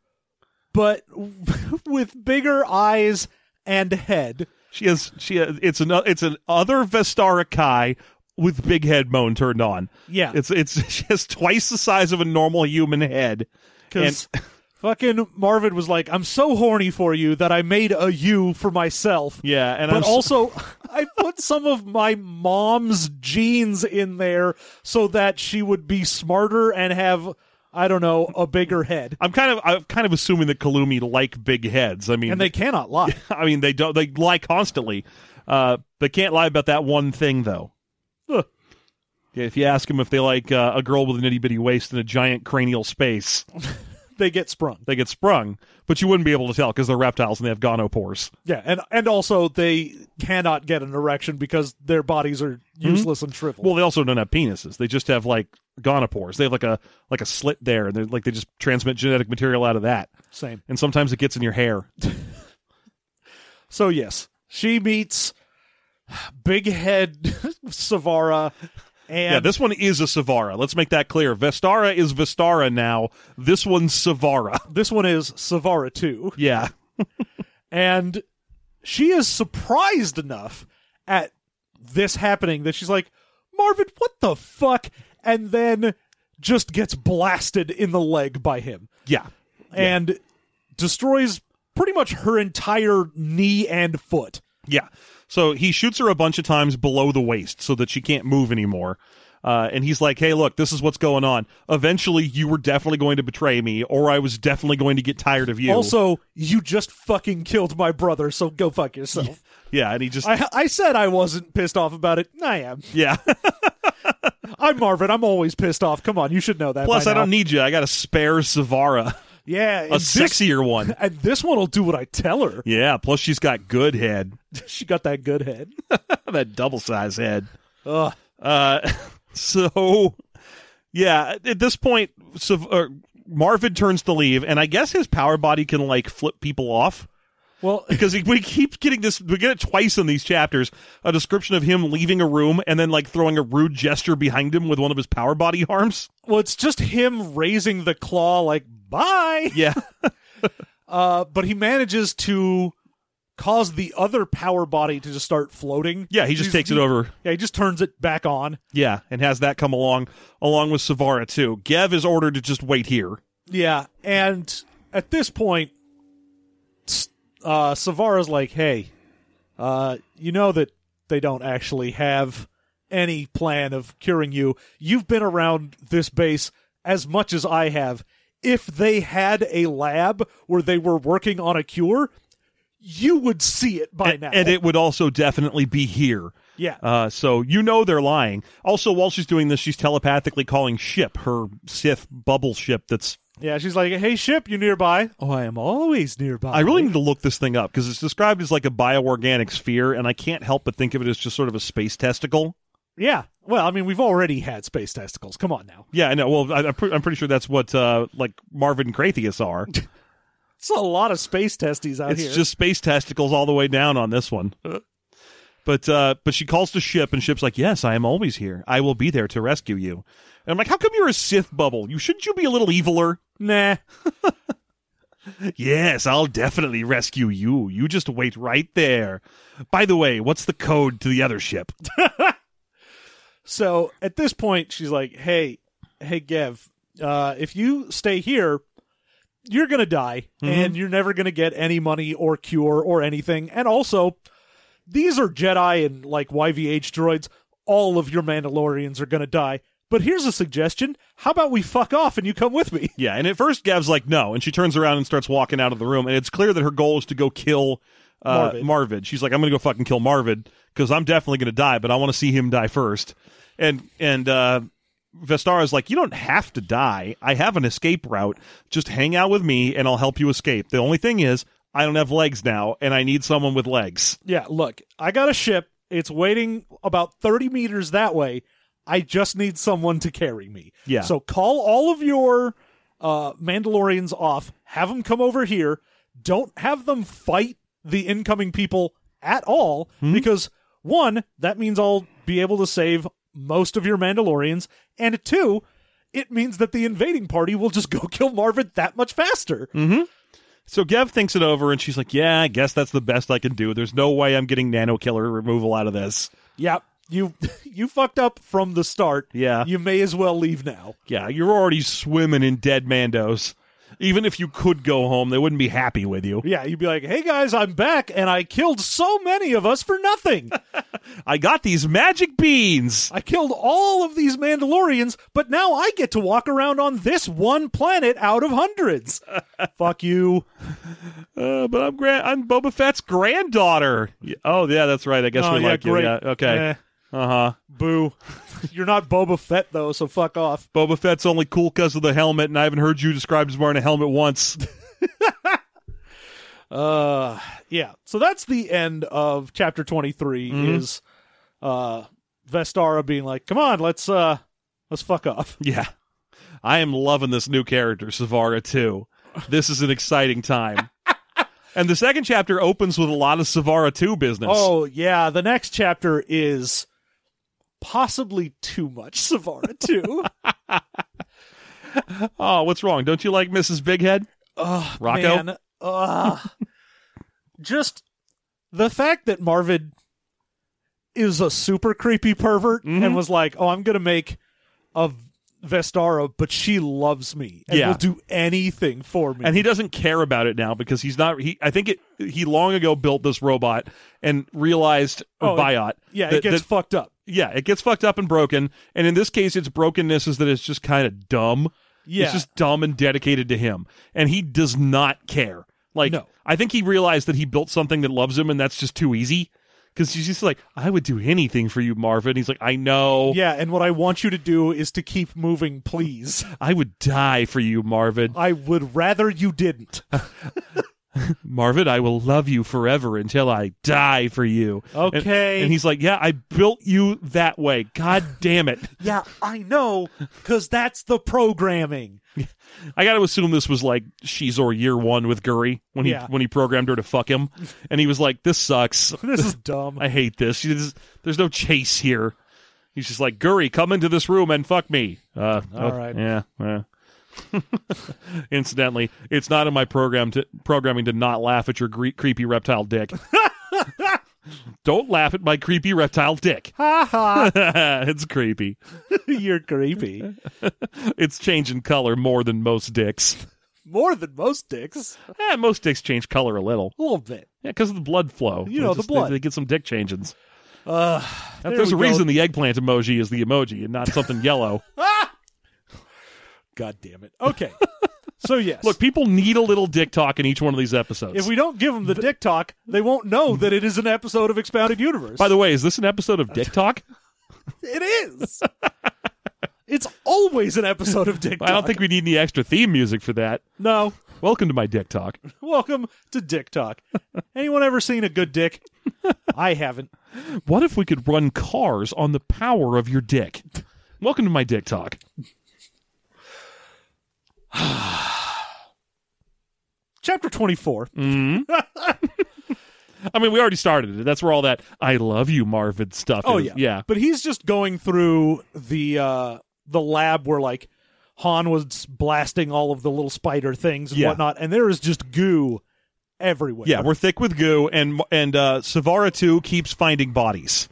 Speaker 3: but [LAUGHS] with bigger eyes and head.
Speaker 2: She has she has, it's an it's an other Vestara Kai with big head bone turned on.
Speaker 3: Yeah.
Speaker 2: It's it's [LAUGHS] she has twice the size of a normal human head.
Speaker 3: Because fucking Marvin was like, I'm so horny for you that I made a you for myself.
Speaker 2: Yeah, and
Speaker 3: But
Speaker 2: I'm s-
Speaker 3: also, I put some of my mom's genes in there so that she would be smarter and have, I don't know, a bigger head.
Speaker 2: I'm kind of I'm kind of assuming that Kalumi like big heads. I mean
Speaker 3: And they cannot lie.
Speaker 2: [LAUGHS]
Speaker 3: [LAUGHS]
Speaker 2: I mean they don't they lie constantly. Uh they can't lie about that one thing though. Huh. Yeah, if you ask them if they like uh, a girl with an itty bitty waist and a giant cranial space,
Speaker 3: they get sprung.
Speaker 2: They get sprung, but you wouldn't be able to tell because they're reptiles and they have gonopores.
Speaker 3: Yeah, and and also they cannot get an erection because their bodies are useless and shriveled.
Speaker 2: Well, they also don't have penises. They just have like gonopores. They have like a like a slit there, and they're like they just transmit genetic material out of that.
Speaker 3: Same.
Speaker 2: And sometimes it gets in your hair.
Speaker 3: So yes, she meets Big Head [LAUGHS] Savara, and
Speaker 2: yeah, this one is a Savara. Let's make that clear. Vestara is Vestara now. This one's Savara.
Speaker 3: this one is Savara too.
Speaker 2: Yeah.
Speaker 3: And she is surprised enough at this happening that she's like, Marvin, what the fuck? And then just gets blasted in the leg by him
Speaker 2: Yeah.
Speaker 3: and destroys pretty much her entire knee and foot.
Speaker 2: Yeah. So he shoots her a bunch of times below the waist so that she can't move anymore. Uh, and he's like, hey, look, this is what's going on. Eventually, you were definitely going to betray me, or I was definitely going to get tired of you.
Speaker 3: Also, you just fucking killed my brother, so go
Speaker 2: [LAUGHS]
Speaker 3: fuck yourself.
Speaker 2: yeah. And he just,
Speaker 3: I, I said I wasn't pissed off about it. I am.
Speaker 2: yeah.
Speaker 3: I'm Marvin. I'm always pissed off. Come on, you should know that.
Speaker 2: Plus,
Speaker 3: by
Speaker 2: I don't
Speaker 3: now.
Speaker 2: need you. I got a spare Savara,
Speaker 3: Yeah, and
Speaker 2: a
Speaker 3: this,
Speaker 2: sexier one.
Speaker 3: and this one will do what I
Speaker 2: [LAUGHS]
Speaker 3: tell her.
Speaker 2: Yeah. Plus, she's got good head,
Speaker 3: she got that good head.
Speaker 2: [LAUGHS] that double size head.
Speaker 3: Ugh.
Speaker 2: Uh, [LAUGHS] so yeah, at this point, so, uh, Marvin turns to leave, and I guess his power body can like flip people off
Speaker 3: Well,
Speaker 2: because he, we keep getting this. We get it twice in these chapters: a description of him leaving a room and then like throwing a rude gesture behind him with one of his power body arms.
Speaker 3: well, it's just him raising the claw like bye.
Speaker 2: Yeah,
Speaker 3: Uh, but he manages to cause the other power body to just start floating.
Speaker 2: yeah, he just
Speaker 3: He's-
Speaker 2: takes it over.
Speaker 3: Yeah, he just turns it back on.
Speaker 2: Yeah, and has that come along along with Savara too. Gev is ordered to just wait here.
Speaker 3: Yeah, and at this point, s- uh, Savara's like, "Hey, uh, you know that they don't actually have any plan of curing you. You've been around this base as much as I have. If they had a lab where they were working on a cure, you would see it by now.
Speaker 2: And it would also definitely be here.
Speaker 3: yeah,
Speaker 2: Uh, so you know they're lying. Also, while she's doing this, she's telepathically calling ship her Sith bubble ship. That's
Speaker 3: yeah. She's like, "Hey, ship, you nearby? Oh, I am always nearby.
Speaker 2: I really need to look this thing up because it's described as like a bioorganic sphere, and I can't help but think of it as just sort of a space testicle.
Speaker 3: yeah. Well, I mean, we've already had space testicles. Come on now,
Speaker 2: Yeah, I know. Well, I, I'm pre- I'm pretty sure that's what uh, like Marvin and Kratheus are.
Speaker 3: it's a lot of space testes out
Speaker 2: it's
Speaker 3: here.
Speaker 2: just space testicles all the way down on this one. But uh, but she calls to ship, and ship's like, "Yes, I am always here. I will be there to rescue you." And I'm like, "How come you're a Sith bubble? You shouldn't you be a little eviler?" [LAUGHS]
Speaker 3: Nah.
Speaker 2: Yes, I'll definitely rescue you. You just wait right there. By the way, what's the code to the other ship?
Speaker 3: So at this point, she's like, "Hey, hey, Gev, uh, if you stay here, you're gonna die,
Speaker 2: Mm-hmm.
Speaker 3: and you're never gonna get any money or cure or anything. And also, these are Jedi and like YVH droids. All of your Mandalorians are gonna die. But here's a suggestion: How about we fuck off and you come with me?
Speaker 2: Yeah, and at first Gav's like, no, and she turns around and starts walking out of the room, and it's clear that her goal is to go kill uh,
Speaker 3: Marvid.
Speaker 2: Marvid. She's like, I'm going to go fucking kill Marvid because I'm definitely going to die, but I want to see him die first. And and uh, Vestara's like, you don't have to die. I have an escape route. Just hang out with me, and I'll help you escape. The only thing is, I don't have legs now, and I need someone with legs.
Speaker 3: Yeah, look, I got a ship. It's waiting about 30 meters that way. I just need someone to carry me.
Speaker 2: Yeah.
Speaker 3: So call all of your uh, Mandalorians off, have them come over here. Don't have them fight the incoming people at all because, one, that means I'll be able to save most of your Mandalorians. And two, it means that the invading party will just [LAUGHS] go kill Marvin that much faster.
Speaker 2: So Gev thinks it over and she's like, "Yeah, I guess that's the best I can do. There's no way I'm getting nano killer removal out of this."
Speaker 3: Yep. You [LAUGHS] you fucked up from the start.
Speaker 2: Yeah.
Speaker 3: You may as well leave now.
Speaker 2: Yeah, you're already swimming in dead mandos. Even if you could go home, they wouldn't be happy with you.
Speaker 3: Yeah, you'd be like, "Hey guys, I'm back and I killed so many of us for
Speaker 2: [LAUGHS]
Speaker 3: nothing.
Speaker 2: I got these magic beans.
Speaker 3: I killed all of these Mandalorians, but now I get to walk around on this one planet out of
Speaker 2: [LAUGHS]
Speaker 3: hundreds. Fuck you."
Speaker 2: Uh, but I'm gra- I'm Boba Fett's granddaughter. Y- Oh yeah, that's right. I guess
Speaker 3: Oh,
Speaker 2: we
Speaker 3: yeah,
Speaker 2: like you.
Speaker 3: great.
Speaker 2: Yeah, okay.
Speaker 3: Yeah.
Speaker 2: Uh huh.
Speaker 3: Boo. [LAUGHS] You're not Boba Fett though, so fuck off.
Speaker 2: Boba Fett's only cool because of the helmet, and I haven't heard you described as wearing a helmet
Speaker 3: [LAUGHS]
Speaker 2: once.
Speaker 3: Uh yeah. So that's the end of chapter 23
Speaker 2: Mhm.
Speaker 3: is uh Vestara being like, "Come on, let's uh let's fuck off."
Speaker 2: yeah. I am loving this new character, Savara, too. This is an exciting time. and the second chapter opens with a lot of Savara 2 business.
Speaker 3: Oh, yeah, the next chapter is possibly too much Savara too.
Speaker 2: Oh, what's wrong? Don't you like Mrs. Big Head?
Speaker 3: Ugh,
Speaker 2: Rocco?
Speaker 3: man. [LAUGHS] Ugh. just the fact that Marvid is a super creepy pervert
Speaker 2: Mhm.
Speaker 3: and was like, "Oh, I'm gonna make a Vestara, but she loves me and
Speaker 2: Yeah.
Speaker 3: will do anything for me."
Speaker 2: And he doesn't care about it now because he's not. He, I think it. He long ago built this robot and realized or
Speaker 3: Oh, it-
Speaker 2: biot.
Speaker 3: yeah,
Speaker 2: that-
Speaker 3: it gets
Speaker 2: that-
Speaker 3: fucked up.
Speaker 2: yeah, it gets fucked up and broken. And in this case, its brokenness is that it's just kind of dumb.
Speaker 3: Yeah,
Speaker 2: It's just dumb and dedicated to him. And he does not care. Like,
Speaker 3: No.
Speaker 2: I think he realized that he built something that loves him, and that's just too easy. Because he's just like, I would do anything for you, Marvin. He's like, I know.
Speaker 3: yeah. And what I want you to do is to keep moving, [LAUGHS] please.
Speaker 2: I would die for you, Marvin.
Speaker 3: I would rather you [LAUGHS] didn't.
Speaker 2: Marvin, I will love you forever until I die for you. And-
Speaker 3: Okay.
Speaker 2: And, he's like, Yeah, I built you that way. God damn it.
Speaker 3: yeah, I know, because that's the programming.
Speaker 2: I gotta assume this was like she's or year one with Guri when he
Speaker 3: Yeah.
Speaker 2: when he programmed her to fuck him. And he was like, This sucks.
Speaker 3: [LAUGHS] This is dumb.
Speaker 2: I hate this. She just- there's no chase here. He's just like, Guri, come into this room and fuck me. Uh,
Speaker 3: All
Speaker 2: oh,
Speaker 3: right.
Speaker 2: Yeah. yeah. [LAUGHS] Incidentally, it's not in my program to, programming to not laugh at your gre- creepy reptile
Speaker 3: [LAUGHS]
Speaker 2: dick. Don't laugh at my creepy reptile dick. [LAUGHS]
Speaker 3: Ha ha! [LAUGHS]
Speaker 2: it's creepy.
Speaker 3: You're creepy.
Speaker 2: It's changing color more than most dicks.
Speaker 3: More than most dicks.
Speaker 2: Eh, most dicks change color a little.
Speaker 3: A little bit.
Speaker 2: Yeah, because of the blood flow.
Speaker 3: You know,
Speaker 2: They
Speaker 3: the
Speaker 2: just- they-
Speaker 3: blood.
Speaker 2: They, get some dick changes.
Speaker 3: Uh, there
Speaker 2: There's a
Speaker 3: we go.
Speaker 2: reason the eggplant emoji is the emoji and not something yellow.
Speaker 3: God damn it.
Speaker 2: [LAUGHS]
Speaker 3: Okay. so yes.
Speaker 2: Look, people need a little dick talk in each one of these episodes.
Speaker 3: if we don't give them the dick talk, they won't know that it is an episode of Expounded Universe.
Speaker 2: By the way, is this an episode of Dick [LAUGHS] Talk?
Speaker 3: it is. [LAUGHS] it's always an episode of dick talk.
Speaker 2: I don't think we need any extra theme music for that.
Speaker 3: No.
Speaker 2: Welcome to my Dick Talk.
Speaker 3: Welcome to Dick Talk. Anyone ever seen a
Speaker 2: [LAUGHS]
Speaker 3: good dick? I haven't.
Speaker 2: What if we could run cars on the power of your dick? Welcome to my Dick Talk.
Speaker 3: Chapter 24.
Speaker 2: Mm, I mean, we already started it. That's where all that I love you, Marvin stuff
Speaker 3: Oh
Speaker 2: is.
Speaker 3: yeah,
Speaker 2: Yeah.
Speaker 3: But he's just going through the uh the lab where like Han was blasting all of the little spider things and
Speaker 2: Yeah.
Speaker 3: whatnot, and there is just goo everywhere.
Speaker 2: Yeah, we're thick with goo, and and uh, Savara too keeps finding bodies.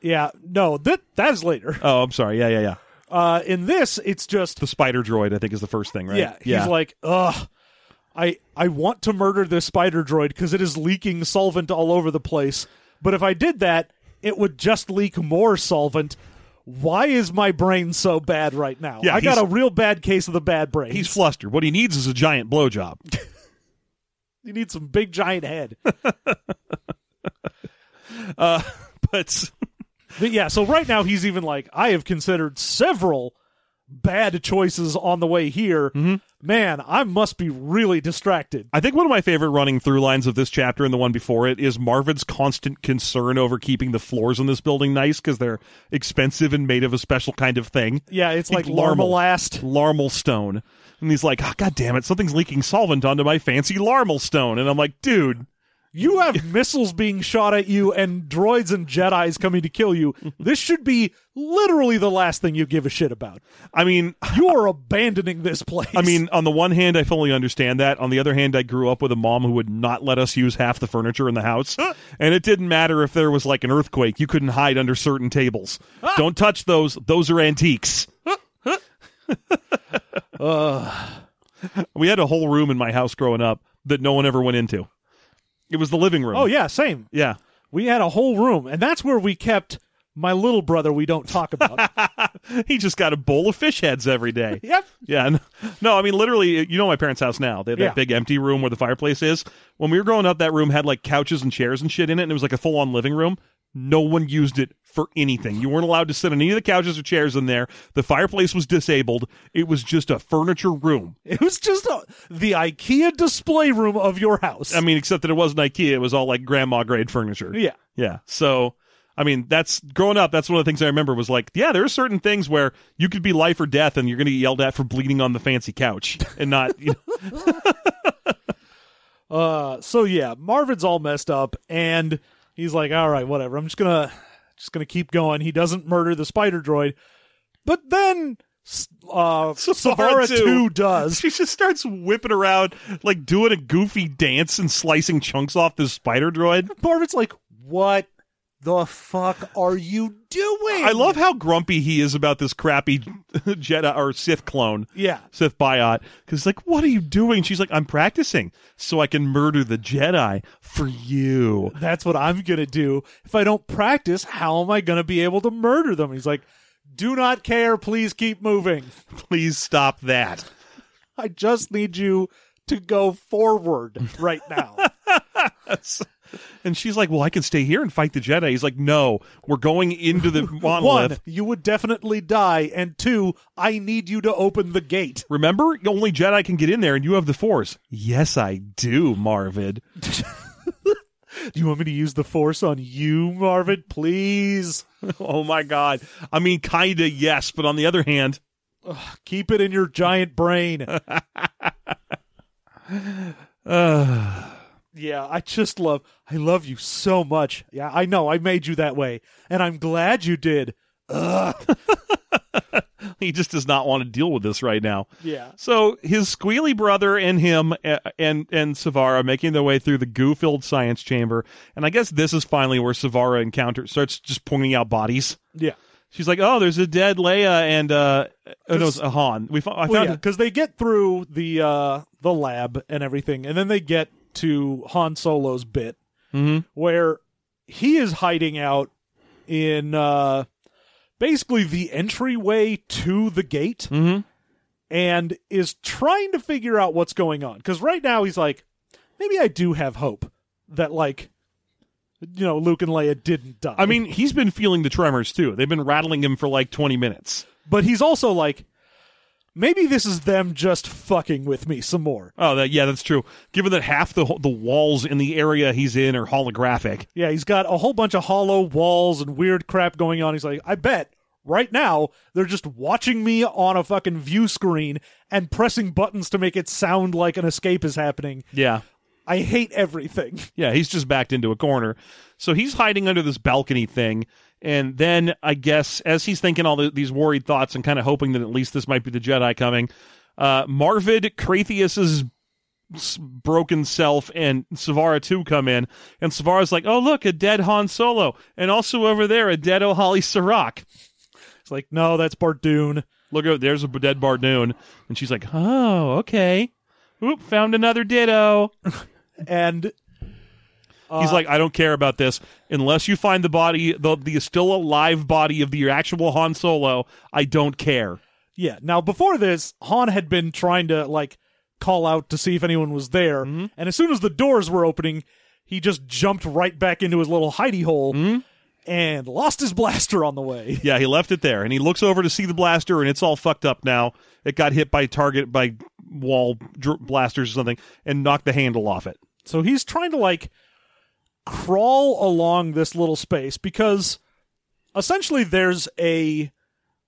Speaker 3: yeah. No, that that's later.
Speaker 2: Oh, I'm sorry. Yeah, yeah, yeah.
Speaker 3: Uh, in this, it's just
Speaker 2: The spider droid, I think, is the first thing, right?
Speaker 3: yeah. He's like, ugh. I I want to murder this spider droid because it is leaking solvent all over the place. But if I did that, it would just leak more solvent. Why is my brain so bad right now?
Speaker 2: Yeah,
Speaker 3: I got
Speaker 2: he's-
Speaker 3: a real bad case of the bad brain.
Speaker 2: he's flustered. What he needs is a giant blowjob. [LAUGHS]
Speaker 3: You need some big giant head. [LAUGHS]
Speaker 2: but
Speaker 3: but yeah, so right now he's even like, I have considered several bad choices on the way here.
Speaker 2: Mm-hmm.
Speaker 3: Man, I must be really distracted.
Speaker 2: I think one of my favorite running through lines of this chapter and the one before it is Marvin's constant concern over keeping the floors in this building nice because they're expensive and made of a special kind of thing.
Speaker 3: Yeah, it's like
Speaker 2: Like larmal.
Speaker 3: Larmalast.
Speaker 2: Larmal stone. And he's like, oh, God damn it, something's leaking solvent onto my fancy larmal stone. And I'm like, dude,
Speaker 3: You
Speaker 2: [LAUGHS]
Speaker 3: have missiles being shot at you and droids and Jedi's coming to kill you. This should be literally the last thing you give a shit about.
Speaker 2: I mean, [LAUGHS]
Speaker 3: You are abandoning this place.
Speaker 2: I mean, on the one hand, I fully understand that. On the other hand, I grew up with a mom who would not let us use half the furniture in the house. and it didn't matter if there was like an earthquake, you couldn't hide under certain tables. Don't touch those, those are antiques. [LAUGHS] We had a whole room in my house growing up that no one ever went into. It was the living room.
Speaker 3: oh yeah, same.
Speaker 2: yeah.
Speaker 3: We had a whole room, and that's where we kept my little brother we don't
Speaker 2: [LAUGHS]
Speaker 3: talk about.
Speaker 2: He just got a bowl of fish heads every
Speaker 3: [LAUGHS]
Speaker 2: day.
Speaker 3: yep.
Speaker 2: Yeah, n- no, I mean literally. uh, You know my parents' house now. They have that
Speaker 3: Yeah.
Speaker 2: big empty room where the fireplace is. When we were growing up, that room had like couches and chairs and shit in it, and it was like a full-on living room. No one used it for anything. You weren't allowed to sit on any of the couches or chairs in there. The fireplace was disabled. It was just a furniture room.
Speaker 3: It was just a, the IKEA display room of your house.
Speaker 2: I mean, except that it wasn't IKEA. It was all like grandma grade furniture.
Speaker 3: yeah.
Speaker 2: Yeah. So, I mean, that's growing up. That's one of the things I remember was like, yeah, there are certain things where you could be life or death, and you're going to get yelled at for bleeding on the fancy couch, and not. You know,
Speaker 3: Uh, so yeah, Marvin's all messed up, and he's like, "All right, whatever. I'm just gonna, just gonna keep going." He doesn't murder the spider droid, but then s-
Speaker 2: [LAUGHS]
Speaker 3: uh,
Speaker 2: Savara
Speaker 3: Savara
Speaker 2: two.
Speaker 3: two does. [LAUGHS]
Speaker 2: she just starts whipping around, like doing a goofy dance and slicing chunks off this spider droid.
Speaker 3: Marvin's like, "What the fuck are you doing?"
Speaker 2: I love how grumpy he is about this crappy [LAUGHS] Jedi or Sith clone.
Speaker 3: Yeah,
Speaker 2: Sith Biot, because like, what are you doing? She's like, I'm practicing so I can murder the Jedi for you.
Speaker 3: that's what I'm gonna do. If I don't practice, how am I gonna be able to murder them? He's like, "Do not care. Please keep moving.
Speaker 2: Please stop that. [LAUGHS]
Speaker 3: I just need you to go forward right
Speaker 2: [LAUGHS]
Speaker 3: now."
Speaker 2: And she's like, Well, I can stay here and fight the Jedi. He's like, No, we're going into
Speaker 3: [LAUGHS]
Speaker 2: the monolith.
Speaker 3: One, you would definitely die, and two, I need you to open the gate.
Speaker 2: Remember, only Jedi can get in there, and you have the Force. Yes, I do, Marvid.
Speaker 3: Do you want me to use the force on you, Marvin? Please
Speaker 2: [LAUGHS] oh my God. I mean, kinda yes, but on the other hand,
Speaker 3: keep it in your giant [LAUGHS] brain.
Speaker 2: uh,
Speaker 3: yeah, I just love, I love you so much. Yeah, I know, I made you that way, and I'm glad you did. Ugh.
Speaker 2: he just does not want to deal with this right now.
Speaker 3: Yeah,
Speaker 2: So his squealy brother and him uh, and and Savara making their way through the goo-filled science chamber, and I guess this is finally where Savara encounters starts just pointing out bodies.
Speaker 3: yeah.
Speaker 2: She's like, "Oh, there's a dead Leia and uh, oh, no, it's
Speaker 3: This-
Speaker 2: a Han." We fo- I
Speaker 3: Well,
Speaker 2: found
Speaker 3: yeah, because they get through the uh, the lab and everything, and then they get to Han Solo's bit,
Speaker 2: Mhm.
Speaker 3: where he is hiding out in uh, basically the entryway to the gate,
Speaker 2: Mhm.
Speaker 3: and is trying to figure out what's going on. Because right now he's like, maybe I do have hope that like, you know, Luke and Leia didn't die.
Speaker 2: I mean, he's been feeling the tremors too. They've been rattling him for like 20 minutes.
Speaker 3: but he's also like. Maybe this is them just fucking with me some more.
Speaker 2: Oh, that yeah, that's true. Given that half the the walls in the area he's in are holographic,
Speaker 3: Yeah, he's got a whole bunch of hollow walls and weird crap going on. He's like, I bet right now they're just watching me on a fucking view screen and pressing buttons to make it sound like an escape is happening.
Speaker 2: yeah,
Speaker 3: I hate everything. [LAUGHS]
Speaker 2: Yeah, he's just backed into a corner. So he's hiding under this balcony thing. And then I guess as he's thinking all the, these worried thoughts and kind of hoping that at least this might be the Jedi coming, uh, Marvid, Crathius's s- broken self, and Savara too come in. And Savara's like, oh, look, a dead Han Solo. And also over there, a dead O'Holly Sirach.
Speaker 3: It's like, no, that's Bardoon.
Speaker 2: Look out, there's a dead Bardoon. And she's like, oh, okay. Oop, found another ditto.
Speaker 3: And
Speaker 2: He's like, I don't care about this unless you find the body, the, the still alive body of the actual Han Solo. I don't care.
Speaker 3: yeah, now before this, Han had been trying to like call out to see if anyone was there. And as soon as the doors were opening, he just jumped right back into his little hidey hole and lost his blaster on the way. [LAUGHS]
Speaker 2: Yeah, he left it there, and he looks over to see the blaster, and it's all fucked up now. It got hit by target by wall dr- blasters or something, and knocked the handle off it.
Speaker 3: So he's trying to like crawl along this little space because essentially there's a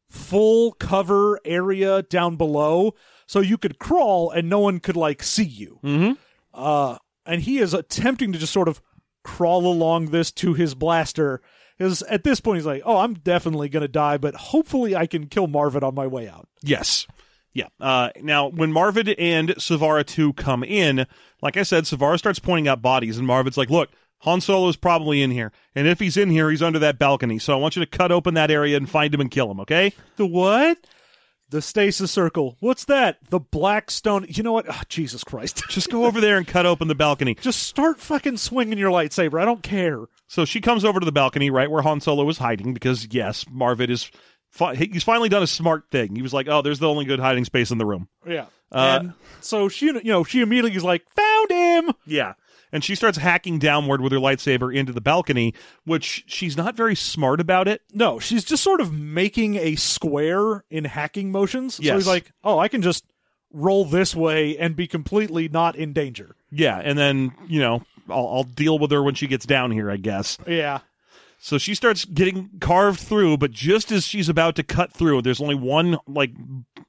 Speaker 3: full cover area down below so you could crawl and no one could like see you.
Speaker 2: Mhm.
Speaker 3: Uh and he is attempting to just sort of crawl along this to his blaster. Cuz at this point he's like, "Oh, I'm definitely going to die, but hopefully I can kill Marvin on my way out."
Speaker 2: Yes. Yeah. Uh, now, when Marvid and Savara 2 come in, like I said, Savara starts pointing out bodies, and Marvid's like, look, Han Solo's probably in here. And if he's in here, he's under that balcony. So I want you to cut open that area and find him and kill him, okay?
Speaker 3: The what? The stasis circle. What's that? The black stone. You know what? Ah, Jesus Christ. [LAUGHS]
Speaker 2: Just go over there and cut open the balcony.
Speaker 3: Just start fucking swinging your lightsaber. I don't care.
Speaker 2: So she comes over to the balcony, right where Han Solo was hiding, because yes, Marvid is. Fi- he's finally done a smart thing. He was like, "Oh, there's the only good hiding space in the room."
Speaker 3: Yeah.
Speaker 2: Uh,
Speaker 3: and so she, you know, she immediately is like, found him.
Speaker 2: Yeah, and she starts hacking downward with her lightsaber into the balcony, which she's not very smart about it.
Speaker 3: No, she's just sort of making a square in hacking motions. So
Speaker 2: Yes.
Speaker 3: he's like, oh, I can just roll this way and be completely not in danger.
Speaker 2: Yeah, and then you know I'll, I'll deal with her when she gets down here, I guess.
Speaker 3: Yeah.
Speaker 2: So she starts getting carved through, but just as she's about to cut through, there's only one like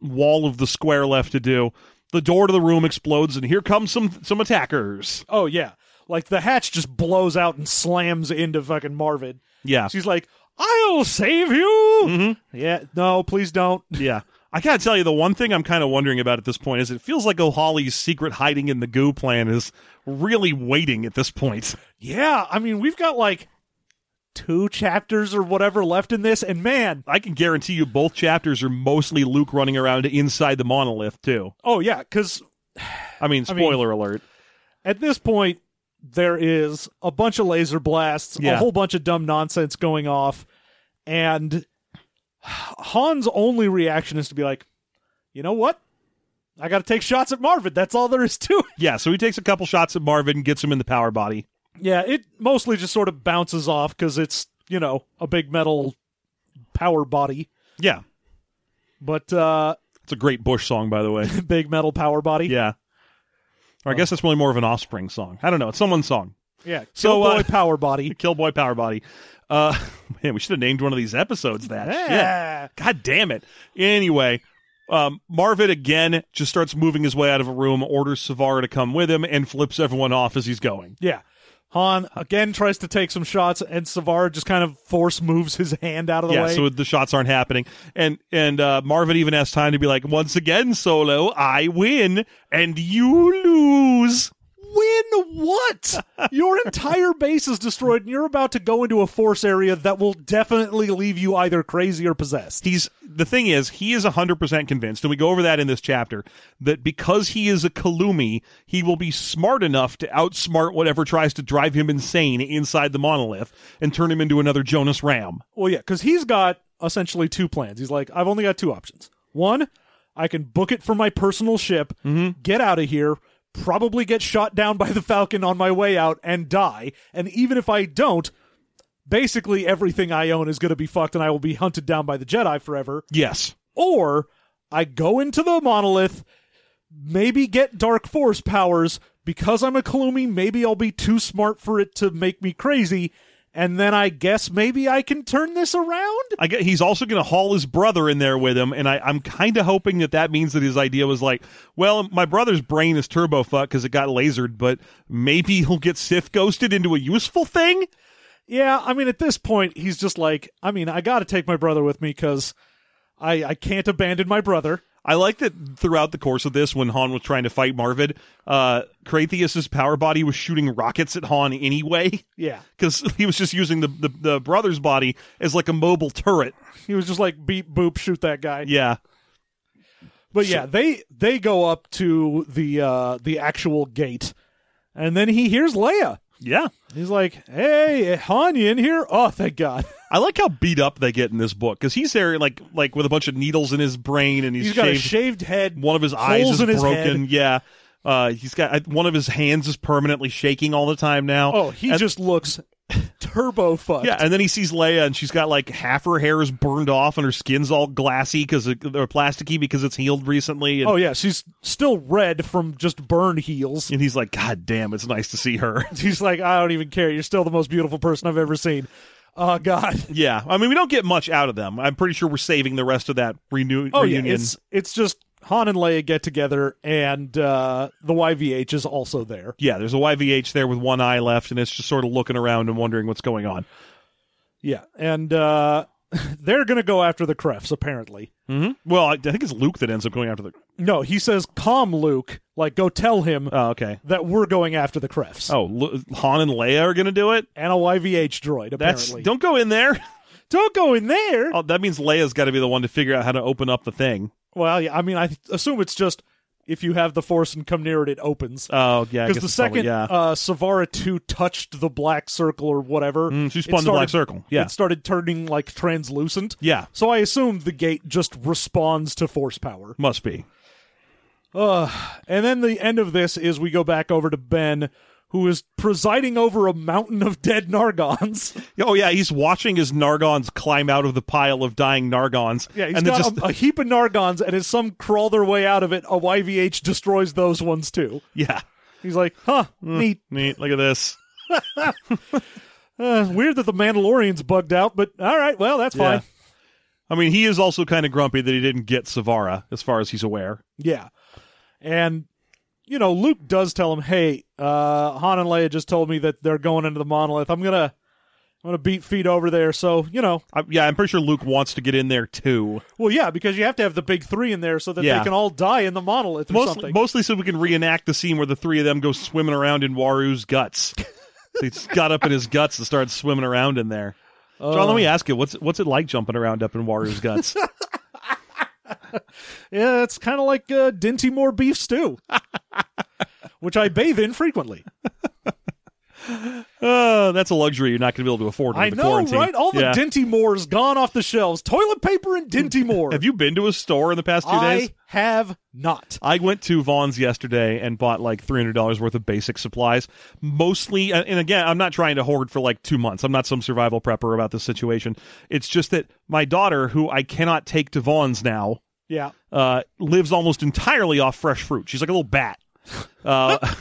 Speaker 2: wall of the square left to do. The door to the room explodes, and here comes some some attackers.
Speaker 3: Oh, yeah. Like the hatch just blows out and slams into fucking Marvin.
Speaker 2: Yeah,
Speaker 3: She's like, I'll save you. Yeah. No, please don't.
Speaker 2: yeah. I gotta tell you, the one thing I'm kind of wondering about at this point is it feels like O'Holly's secret hiding in the goo plan is really waiting at this point.
Speaker 3: Yeah. I mean, we've got like two chapters or whatever left in this. And man,
Speaker 2: I can guarantee you, both chapters are mostly Luke running around inside the monolith too.
Speaker 3: oh, yeah. Because
Speaker 2: I mean,
Speaker 3: I mean-
Speaker 2: spoiler alert.
Speaker 3: at this point, there is a bunch of laser blasts, a
Speaker 2: Yeah.
Speaker 3: whole bunch of dumb nonsense going off, and Han's only reaction is to be like, you know what? I got to take shots at Marvin. That's all there is to it.
Speaker 2: Yeah, so he takes a couple shots at Marvin and gets him in the power body.
Speaker 3: Yeah, it mostly just sort of bounces off because it's, you know, a big metal power body.
Speaker 2: Yeah,
Speaker 3: But, uh, [LAUGHS]
Speaker 2: It's a great Bush song, by the way.
Speaker 3: big metal power body.
Speaker 2: yeah. Or I guess that's really more of an offspring song. I don't know. It's someone's song.
Speaker 3: Yeah.
Speaker 2: So,
Speaker 3: So,
Speaker 2: uh,
Speaker 3: boy, power body.
Speaker 2: Killboy Power Body. Uh, [LAUGHS] man, we should have named one of these episodes that. Shit.
Speaker 3: [LAUGHS] Yeah.
Speaker 2: God damn it. Anyway, um, Marvin again just starts moving his way out of a room, orders Savara to come with him, and flips everyone off as he's going.
Speaker 3: Yeah. Han again tries to take some shots, and Savard just kind of force moves his hand out of the
Speaker 2: Yeah,
Speaker 3: way.
Speaker 2: so the shots aren't happening, and and uh, Marvin even has time to be like, once again, Solo, I win and you lose.
Speaker 3: Win
Speaker 2: [LAUGHS]
Speaker 3: what? Your entire base is destroyed, and you're about to go into a force area that will definitely leave you either crazy or possessed.
Speaker 2: he's the thing is he is 100% convinced and we go over that in this chapter that because he is a kalumi he will be smart enough to outsmart whatever tries to drive him insane inside the monolith and turn him into another jonas ram
Speaker 3: Well, yeah, because he's got essentially two plans. He's like, I've only got two options. One, I can book it for my personal ship, get out of here, probably get shot down by the Falcon on my way out, and die. And even if I don't, basically everything I own is going to be fucked and I will be hunted down by the Jedi forever.
Speaker 2: yes
Speaker 3: Or I go into the monolith, maybe get Dark Force powers. Because I'm a Kalumi, maybe I'll be too smart for it to make me crazy. And then I guess maybe I can turn this around?
Speaker 2: I get, he's also going to haul his brother in there with him, and I, I'm kind of hoping that that means that his idea was like, well, my brother's brain is turbo fucked because it got lasered, but maybe he'll get Sith ghosted into a useful thing.
Speaker 3: Yeah, I mean, at this point, he's just like, I mean, I got to take my brother with me because I, I can't abandon my brother.
Speaker 2: I like that throughout the course of this, when Han was trying to fight Marvid, uh, Kratheus's power body was shooting rockets at Han anyway, [LAUGHS]
Speaker 3: Yeah.
Speaker 2: because he was just using the, the, the brother's body as like a mobile turret.
Speaker 3: He was just like, beep, boop, shoot that guy.
Speaker 2: Yeah.
Speaker 3: But yeah, they they go up to the uh, the actual gate, and then he hears Leia.
Speaker 2: Yeah.
Speaker 3: He's like, hey, Han, you in here? Oh, thank God. [LAUGHS]
Speaker 2: I like how beat up they get in this book, because he's there like like with a bunch of needles in his brain, and he's,
Speaker 3: He's got
Speaker 2: shaved.
Speaker 3: a shaved head.
Speaker 2: one of his eyes
Speaker 3: holes
Speaker 2: is
Speaker 3: in his
Speaker 2: broken.
Speaker 3: head.
Speaker 2: yeah. Uh, he's got I, one of his hands is permanently shaking all the time now.
Speaker 3: Oh, he
Speaker 2: And- [LAUGHS]
Speaker 3: just looks turbo fucked.
Speaker 2: Yeah, and then he sees Leia, and she's got like half her hair is burned off, and her skin's all glassy because or plasticky because it's healed recently. And,
Speaker 3: Oh, yeah, she's still red from just burn heels.
Speaker 2: and he's like, "God damn, it's nice to see her."
Speaker 3: [LAUGHS]
Speaker 2: [LAUGHS]
Speaker 3: He's like, I don't even care. You're still the most beautiful person I've ever seen. Oh God. [LAUGHS]
Speaker 2: yeah, I mean, we don't get much out of them. I'm pretty sure we're saving the rest of that renew-
Speaker 3: Oh yeah,
Speaker 2: reunion.
Speaker 3: it's it's just Han and Leia get together, and uh, the YVH is also there.
Speaker 2: yeah, there's a YVH there with one eye left, and it's just sort of looking around and wondering what's going on.
Speaker 3: Yeah, and uh, [LAUGHS] they're gonna go after the Krefts apparently.
Speaker 2: Mm-hmm. Well, I, I think it's Luke that ends up going after the.
Speaker 3: No, he says, "Calm, Luke. Like, go tell him
Speaker 2: Oh, okay.
Speaker 3: that we're going after the Krefts
Speaker 2: Oh, Lu- Han and Leia are going to do it.
Speaker 3: and a YVH droid." Apparently,
Speaker 2: That's don't go in there. [LAUGHS]
Speaker 3: Don't go in there.
Speaker 2: Oh, that means Leia's got to be the one to figure out how to open up the thing.
Speaker 3: Well, yeah, I mean, I th- assume it's just if you have the Force and come near it, it opens.
Speaker 2: Oh, yeah. I
Speaker 3: because
Speaker 2: guess
Speaker 3: the
Speaker 2: it's probably-
Speaker 3: second
Speaker 2: yeah.
Speaker 3: uh, Savara two touched the black circle or whatever,
Speaker 2: Mm, she
Speaker 3: it
Speaker 2: spun the black
Speaker 3: started-
Speaker 2: circle. Yeah.
Speaker 3: it started turning like translucent.
Speaker 2: yeah.
Speaker 3: So I assumed the gate just responds to force power.
Speaker 2: Must be.
Speaker 3: Uh, and then the end of this is we go back over to Ben, who is presiding over a mountain of dead [LAUGHS] Nargons.
Speaker 2: Oh yeah, he's watching his Nargons climb out of the pile of dying Nargons.
Speaker 3: Yeah, he's
Speaker 2: and then
Speaker 3: got
Speaker 2: just
Speaker 3: a, a heap of Nargons, and as some crawl their way out of it, a YVH destroys those ones too.
Speaker 2: yeah,
Speaker 3: He's like, huh,
Speaker 2: Mm.
Speaker 3: neat.
Speaker 2: neat. Look at this.
Speaker 3: Uh, weird that the Mandalorian's bugged out, but all right, well, that's fine.
Speaker 2: I mean, he is also kind of grumpy that he didn't get Savara, as far as he's aware.
Speaker 3: Yeah. And, you know, Luke does tell him, hey, uh, Han and Leia just told me that they're going into the monolith. I'm going to. I'm gonna beat feet over there, so you know.
Speaker 2: I, yeah, I'm pretty sure Luke wants to get in there too,
Speaker 3: Well, yeah, because you have to have the big three in there so that
Speaker 2: Yeah.
Speaker 3: they can all die in the monolith or
Speaker 2: mostly,
Speaker 3: something.
Speaker 2: mostly so we can reenact the scene where the three of them go swimming around in Waru's
Speaker 3: [LAUGHS]
Speaker 2: guts. He's got up in his guts and started swimming around in there. John, let me
Speaker 3: Uh.
Speaker 2: ask you, what's what's it like jumping around up in Waru's
Speaker 3: [LAUGHS]
Speaker 2: guts?
Speaker 3: Yeah, it's kind of like uh, Dinty Moore
Speaker 2: [LAUGHS]
Speaker 3: beef stew, which I bathe in frequently.
Speaker 2: Uh, that's a luxury you're not going to be able to afford. in
Speaker 3: I
Speaker 2: the
Speaker 3: know,
Speaker 2: quarantine.
Speaker 3: right? All the
Speaker 2: Yeah.
Speaker 3: Dinty Moore's gone off the shelves. Toilet paper and Dinty
Speaker 2: [LAUGHS]
Speaker 3: Moore.
Speaker 2: Have you been to a store in the past two days?
Speaker 3: I have not.
Speaker 2: I went to Vaughn's yesterday and bought like three hundred dollars worth of basic supplies, mostly. And again, I'm not trying to hoard for like two months. I'm not some survival prepper about this situation. It's just that my daughter, who I cannot take to Vaughn's now,
Speaker 3: Yeah,
Speaker 2: uh, lives almost entirely off fresh fruit. She's like a little bat. Uh, [LAUGHS]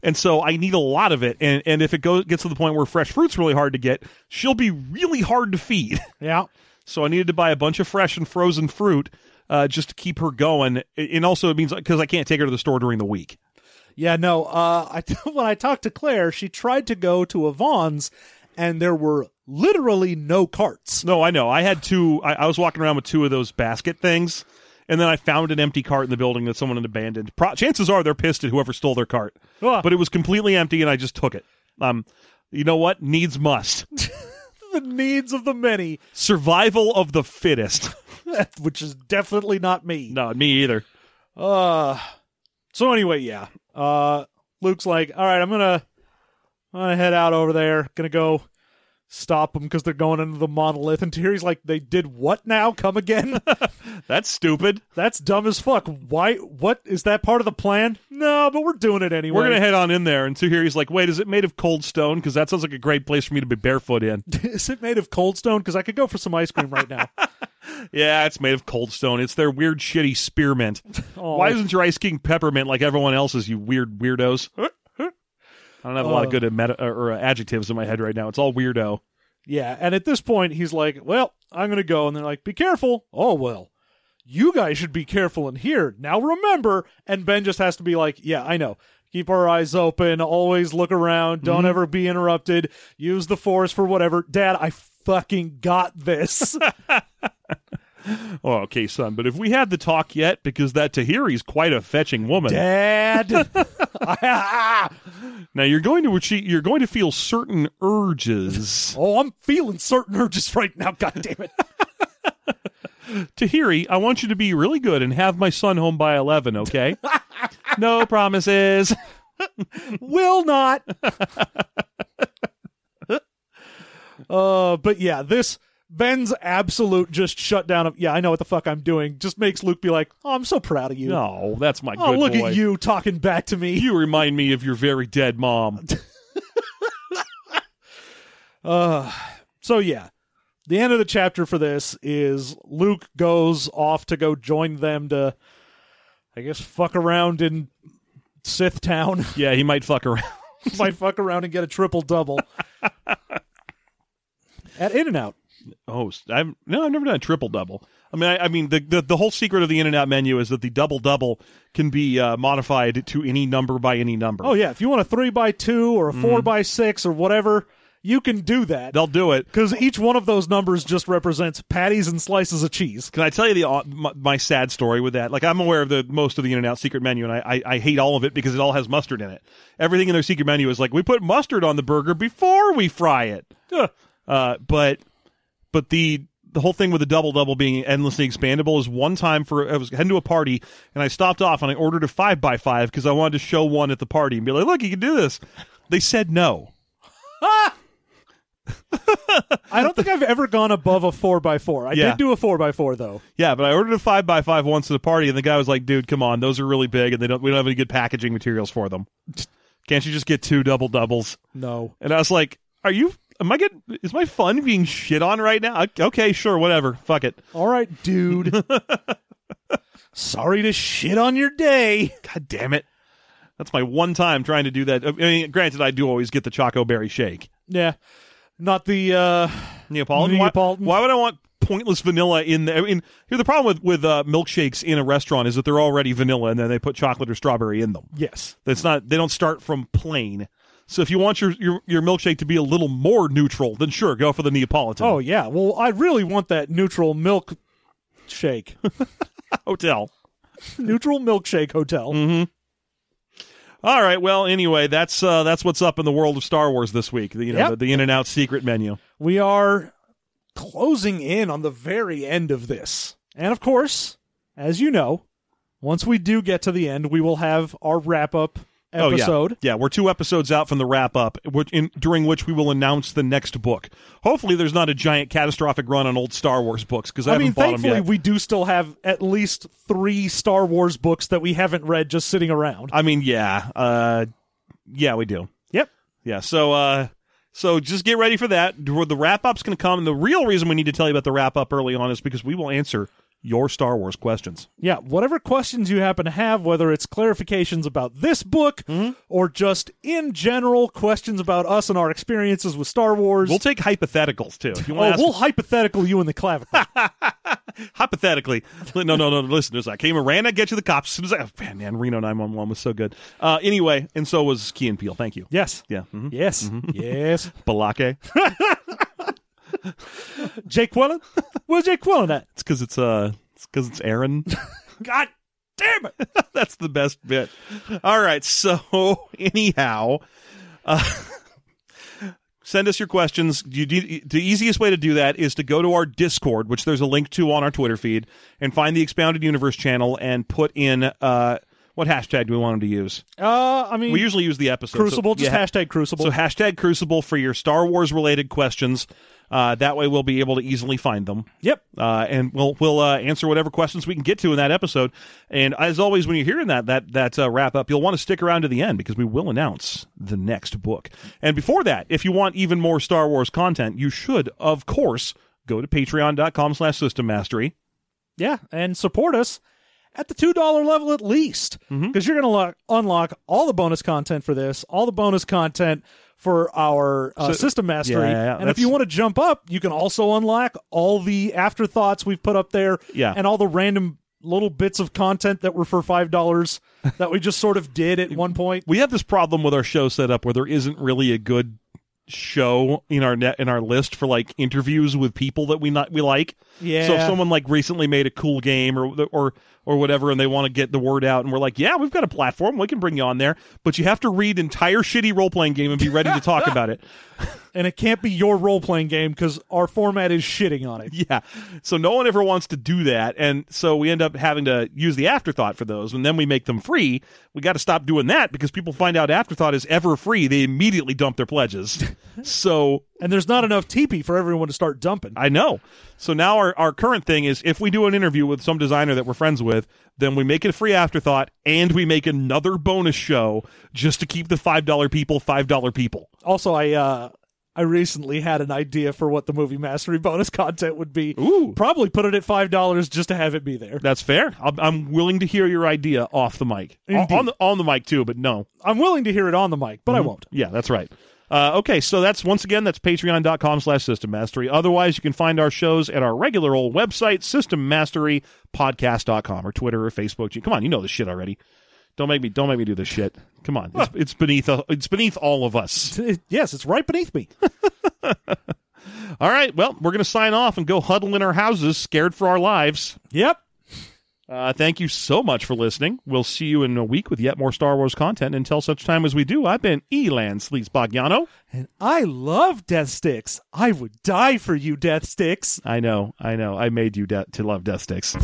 Speaker 2: and so I need a lot of it. And and if it goes gets to the point where fresh fruit's really hard to get, she'll be really hard to feed. [LAUGHS]
Speaker 3: yeah.
Speaker 2: So I needed to buy a bunch of fresh and frozen fruit uh, just to keep her going. A- And also, it means because I can't take her to the store during the week.
Speaker 3: Yeah, no. Uh, I [LAUGHS] when I talked to Claire, she tried to go to a Vaughn's, and there were literally no carts.
Speaker 2: No, I know. I had two. I, I was walking around with two of those basket things, and then I found an empty cart in the building that someone had abandoned. Pro- chances are they're pissed at whoever stole their cart,
Speaker 3: Ah.
Speaker 2: but it was completely empty, and I just took it. Um, you know what? Needs must.
Speaker 3: The needs of the many, [LAUGHS]
Speaker 2: Survival of the fittest. [LAUGHS]
Speaker 3: which is definitely not me.
Speaker 2: no, me either.
Speaker 3: Uh so anyway, yeah. Uh Luke's like, "All right, I'm going to I'm going to head out over there. Going to go stop them cuz they're going into the monolith." And Tyrion's like, "They did what now? Come again? [LAUGHS]
Speaker 2: That's stupid.
Speaker 3: That's dumb as fuck. Why what is that part of the plan? No, but we're doing it anyway."
Speaker 2: We're gonna head on in there, and so here he's like, "Wait, is it made of cold stone? Because that sounds like a great place for me to be barefoot in."
Speaker 3: [LAUGHS] is it made of cold stone cuz I could go for some ice cream right now.
Speaker 2: Yeah, it's made of cold stone. It's their weird, shitty
Speaker 3: [LAUGHS]
Speaker 2: spearmint.
Speaker 3: Oh.
Speaker 2: Why isn't your ice king peppermint like everyone else's? You weird
Speaker 3: [LAUGHS]
Speaker 2: weirdos. I don't have a lot of good meta- or, or adjectives in my head right now. It's all weirdo.
Speaker 3: yeah, and at this point he's like, "Well, I'm going to go." And they're like, "Be careful." Oh, well. You guys should be careful in here. Now remember, and Ben just has to be like, "Yeah, I know. Keep our eyes open, always look around, don't ever be interrupted, use the force for whatever." Dad, I fucking got this.
Speaker 2: Oh, okay, son. But if we had the talk yet, because that Tahiri's quite a fetching woman.
Speaker 3: Dad. [LAUGHS] "Ah,
Speaker 2: Now you're going to achieve, you're going to feel certain
Speaker 3: [LAUGHS]
Speaker 2: urges.
Speaker 3: oh, I'm feeling certain urges right now, god damn it.
Speaker 2: Tahiri, I want you to be really good and have my son home by eleven.
Speaker 3: [LAUGHS]
Speaker 2: Okay. no promises.
Speaker 3: will not. [LAUGHS] uh, but yeah, this Ben's absolute just shutdown of yeah, I know what the fuck I'm doing. Just makes Luke be like, oh, I'm so proud of you.
Speaker 2: No, that's my
Speaker 3: oh,
Speaker 2: good
Speaker 3: look
Speaker 2: boy.
Speaker 3: at you talking back to me.
Speaker 2: You remind me of your very dead mom.
Speaker 3: Uh, so yeah, the end of the chapter for this is Luke goes off to go join them to, I guess, fuck around in Sith Town. [LAUGHS]
Speaker 2: Yeah, he might fuck around. [LAUGHS]
Speaker 3: Might fuck around and get a triple double at In and Out.
Speaker 2: Oh, s- I've no, I've never done a triple double. I mean, I, I mean, the, the the whole secret of the In and Out menu is that the double double can be uh, modified to any number by any number.
Speaker 3: Oh yeah, if you want a three by two or a four by six or whatever, you can do
Speaker 2: Mm-hmm.
Speaker 3: that
Speaker 2: they'll do it.
Speaker 3: because each one of those numbers just represents patties and slices
Speaker 2: [LAUGHS]
Speaker 3: of cheese.
Speaker 2: Can I tell you the uh, my, my sad story with that? Like, I'm aware of the most of the In and Out secret menu, and I, I I hate all of it because it all has mustard in it. Everything in their secret menu is like we put mustard on the burger before we fry it.
Speaker 3: Ugh.
Speaker 2: Uh, but but the the whole thing with the double double being endlessly expandable is one time for I was heading to a party and I stopped off and I ordered a five by five because I wanted to show one at the party and be like, look, you can do this. They said no.
Speaker 3: I don't think I've ever gone above a four by four. I
Speaker 2: Yeah.
Speaker 3: did do a four by four though.
Speaker 2: Yeah, but I ordered a five by five once at a party and the guy was like, dude, come on, those are really big and they don't we don't have any good packaging materials for them. Can't you just get two double doubles?
Speaker 3: No.
Speaker 2: And I was like, Are you? Am I getting? Is my fun being shit on right now? I- Okay, sure, whatever. Fuck it.
Speaker 3: All right,
Speaker 2: [LAUGHS]
Speaker 3: dude. Sorry to shit on your day.
Speaker 2: God damn it. That's my one time trying to do that. I mean, granted, I do always get the Choco Berry Shake.
Speaker 3: Yeah. Not the uh
Speaker 2: Neapolitan. Why-
Speaker 3: Neapolitan.
Speaker 2: Why, would I want pointless vanilla in there? I mean, here the problem with with uh, milkshakes in a restaurant is that they're already vanilla, and then they put chocolate or strawberry in them.
Speaker 3: yes.
Speaker 2: That's not. They don't start from plain. So if you want your your, your milkshake to be a little more neutral, then sure, go for the Neapolitan.
Speaker 3: Oh yeah. Well, I really want that neutral milk
Speaker 2: [LAUGHS]
Speaker 3: shake.
Speaker 2: hotel.
Speaker 3: neutral milkshake hotel.
Speaker 2: All right. Well, anyway, that's uh, that's what's up in the world of Star Wars this week. The, you know,
Speaker 3: Yep.
Speaker 2: the, the in and out secret menu.
Speaker 3: We are closing in on the very end of this. And of course, as you know, once we do get to the end, we will have our wrap up episode.
Speaker 2: Oh, yeah. yeah, we're two episodes out from the wrap up, which in, during which we will announce the next book. Hopefully, there's not a giant catastrophic run on old Star Wars books because I,
Speaker 3: I, mean,
Speaker 2: haven't bought them
Speaker 3: thankfully,
Speaker 2: yet.
Speaker 3: we do still have at least three Star Wars books that we haven't read just sitting around.
Speaker 2: I mean, yeah, uh, yeah, we do.
Speaker 3: Yep.
Speaker 2: Yeah, so uh, so just get ready for that. The wrap up's going to come, and the real reason we need to tell you about the wrap up early on is because we will answer your Star Wars questions.
Speaker 3: Yeah, whatever questions you happen to have, whether it's clarifications about this book
Speaker 2: Mm-hmm.
Speaker 3: or just in general questions about us and our experiences with Star Wars.
Speaker 2: We'll take hypotheticals too. If you
Speaker 3: Oh,
Speaker 2: want to
Speaker 3: we'll hypothetical you in the clavicle.
Speaker 2: hypothetically, li- no, no, no, listeners, I came and ran. I get you the cops. As soon as I, oh, man, man, Reno nine one one was so good. Uh, anyway, and so was Key and Peele. Thank you. [LAUGHS]
Speaker 3: yes.
Speaker 2: Yeah. Mm-hmm.
Speaker 3: Yes. Yes.
Speaker 2: Balake.
Speaker 3: Jake Wellen? Where's Jake Wellen at?
Speaker 2: It's because it's uh, it's because it's Aaron.
Speaker 3: God damn it.
Speaker 2: [LAUGHS] That's the best bit. All right. So [LAUGHS] anyhow, uh, send us your questions. You, you, the easiest way to do that is to go to our Discord, which there's a link to on our Twitter feed, and find the Expounded Universe channel and put in uh, what hashtag do we want them to use?
Speaker 3: Uh, I mean,
Speaker 2: We usually use the episode. so-
Speaker 3: Crucible, just
Speaker 2: yeah,
Speaker 3: hashtag Crucible.
Speaker 2: So hashtag Crucible for your Star Wars related questions. Uh, that way we'll be able to easily find them.
Speaker 3: yep.
Speaker 2: Uh, and we'll we'll uh, answer whatever questions we can get to in that episode. And as always, when you're hearing that that that uh, wrap up, you'll want to stick around to the end because we will announce the next book. And before that, if you want even more Star Wars content, you should of course go to Patreon.com/slash System Mastery.
Speaker 3: Yeah. And support us at the $2 level at least because
Speaker 2: Mm-hmm.
Speaker 3: you're going to lo- unlock all the bonus content for this, all the bonus content for our uh,
Speaker 2: So-
Speaker 3: system mastery.
Speaker 2: Yeah, yeah, yeah,
Speaker 3: and if
Speaker 2: that's-
Speaker 3: you want to jump up, you can also unlock all the afterthoughts we've put up there
Speaker 2: Yeah.
Speaker 3: and all the random little bits of content that were for $5 that we just sort of did at one point.
Speaker 2: we have this problem with our show set up where there isn't really a good show in our net in our list for like interviews with people that we not we like.
Speaker 3: Yeah.
Speaker 2: So if someone like recently made a cool game or or or whatever and they want to get the word out and we're like, "Yeah, we've got a platform, we can bring you on there, but you have to read entire shitty role-playing game and be ready to talk about it."
Speaker 3: and it can't be your role playing game because our format is shitting on it.
Speaker 2: Yeah. So no one ever wants to do that. And so we end up having to use the afterthought for those. And then we make them free. We got to stop doing that because people find out afterthought is ever free. They immediately dump their pledges. so
Speaker 3: And there's not enough teepee for everyone to start dumping.
Speaker 2: I know. So now our, our current thing is if we do an interview with some designer that we're friends with, then we make it a free afterthought and we make another bonus show just to keep the $5 people $5 people.
Speaker 3: Also, I uh, I recently had an idea for what the movie mastery [LAUGHS] bonus content would be.
Speaker 2: Ooh.
Speaker 3: Probably put it at five dollars just to have it be there.
Speaker 2: That's fair. I'm, I'm willing to hear your idea off the mic. On,
Speaker 3: Indeed.
Speaker 2: on the, on the mic too, but no.
Speaker 3: I'm willing to hear it on the mic, but I won't.
Speaker 2: Yeah, that's right. Uh, okay, so that's once again that's patreon.com slash system mastery. Otherwise, you can find our shows at our regular old website, systemmasterypodcast.com or Twitter or Facebook. Gee, Come on, you know this shit already. Don't make me don't make me do this shit. Come on. It's, it's beneath uh, it's beneath all of us.
Speaker 3: It- yes, it's right beneath me. [LAUGHS]
Speaker 2: All right, well, we're gonna sign off and go huddle in our houses, scared for our lives.
Speaker 3: yep.
Speaker 2: Uh, thank you so much for listening. We'll see you in a week with yet more Star Wars content. Until such time as we do, I've been Elan Sleets Bagiano.
Speaker 3: And I love Death Sticks. I would die for you, Death Sticks.
Speaker 2: I know, I know. I made you de- to love Death Sticks.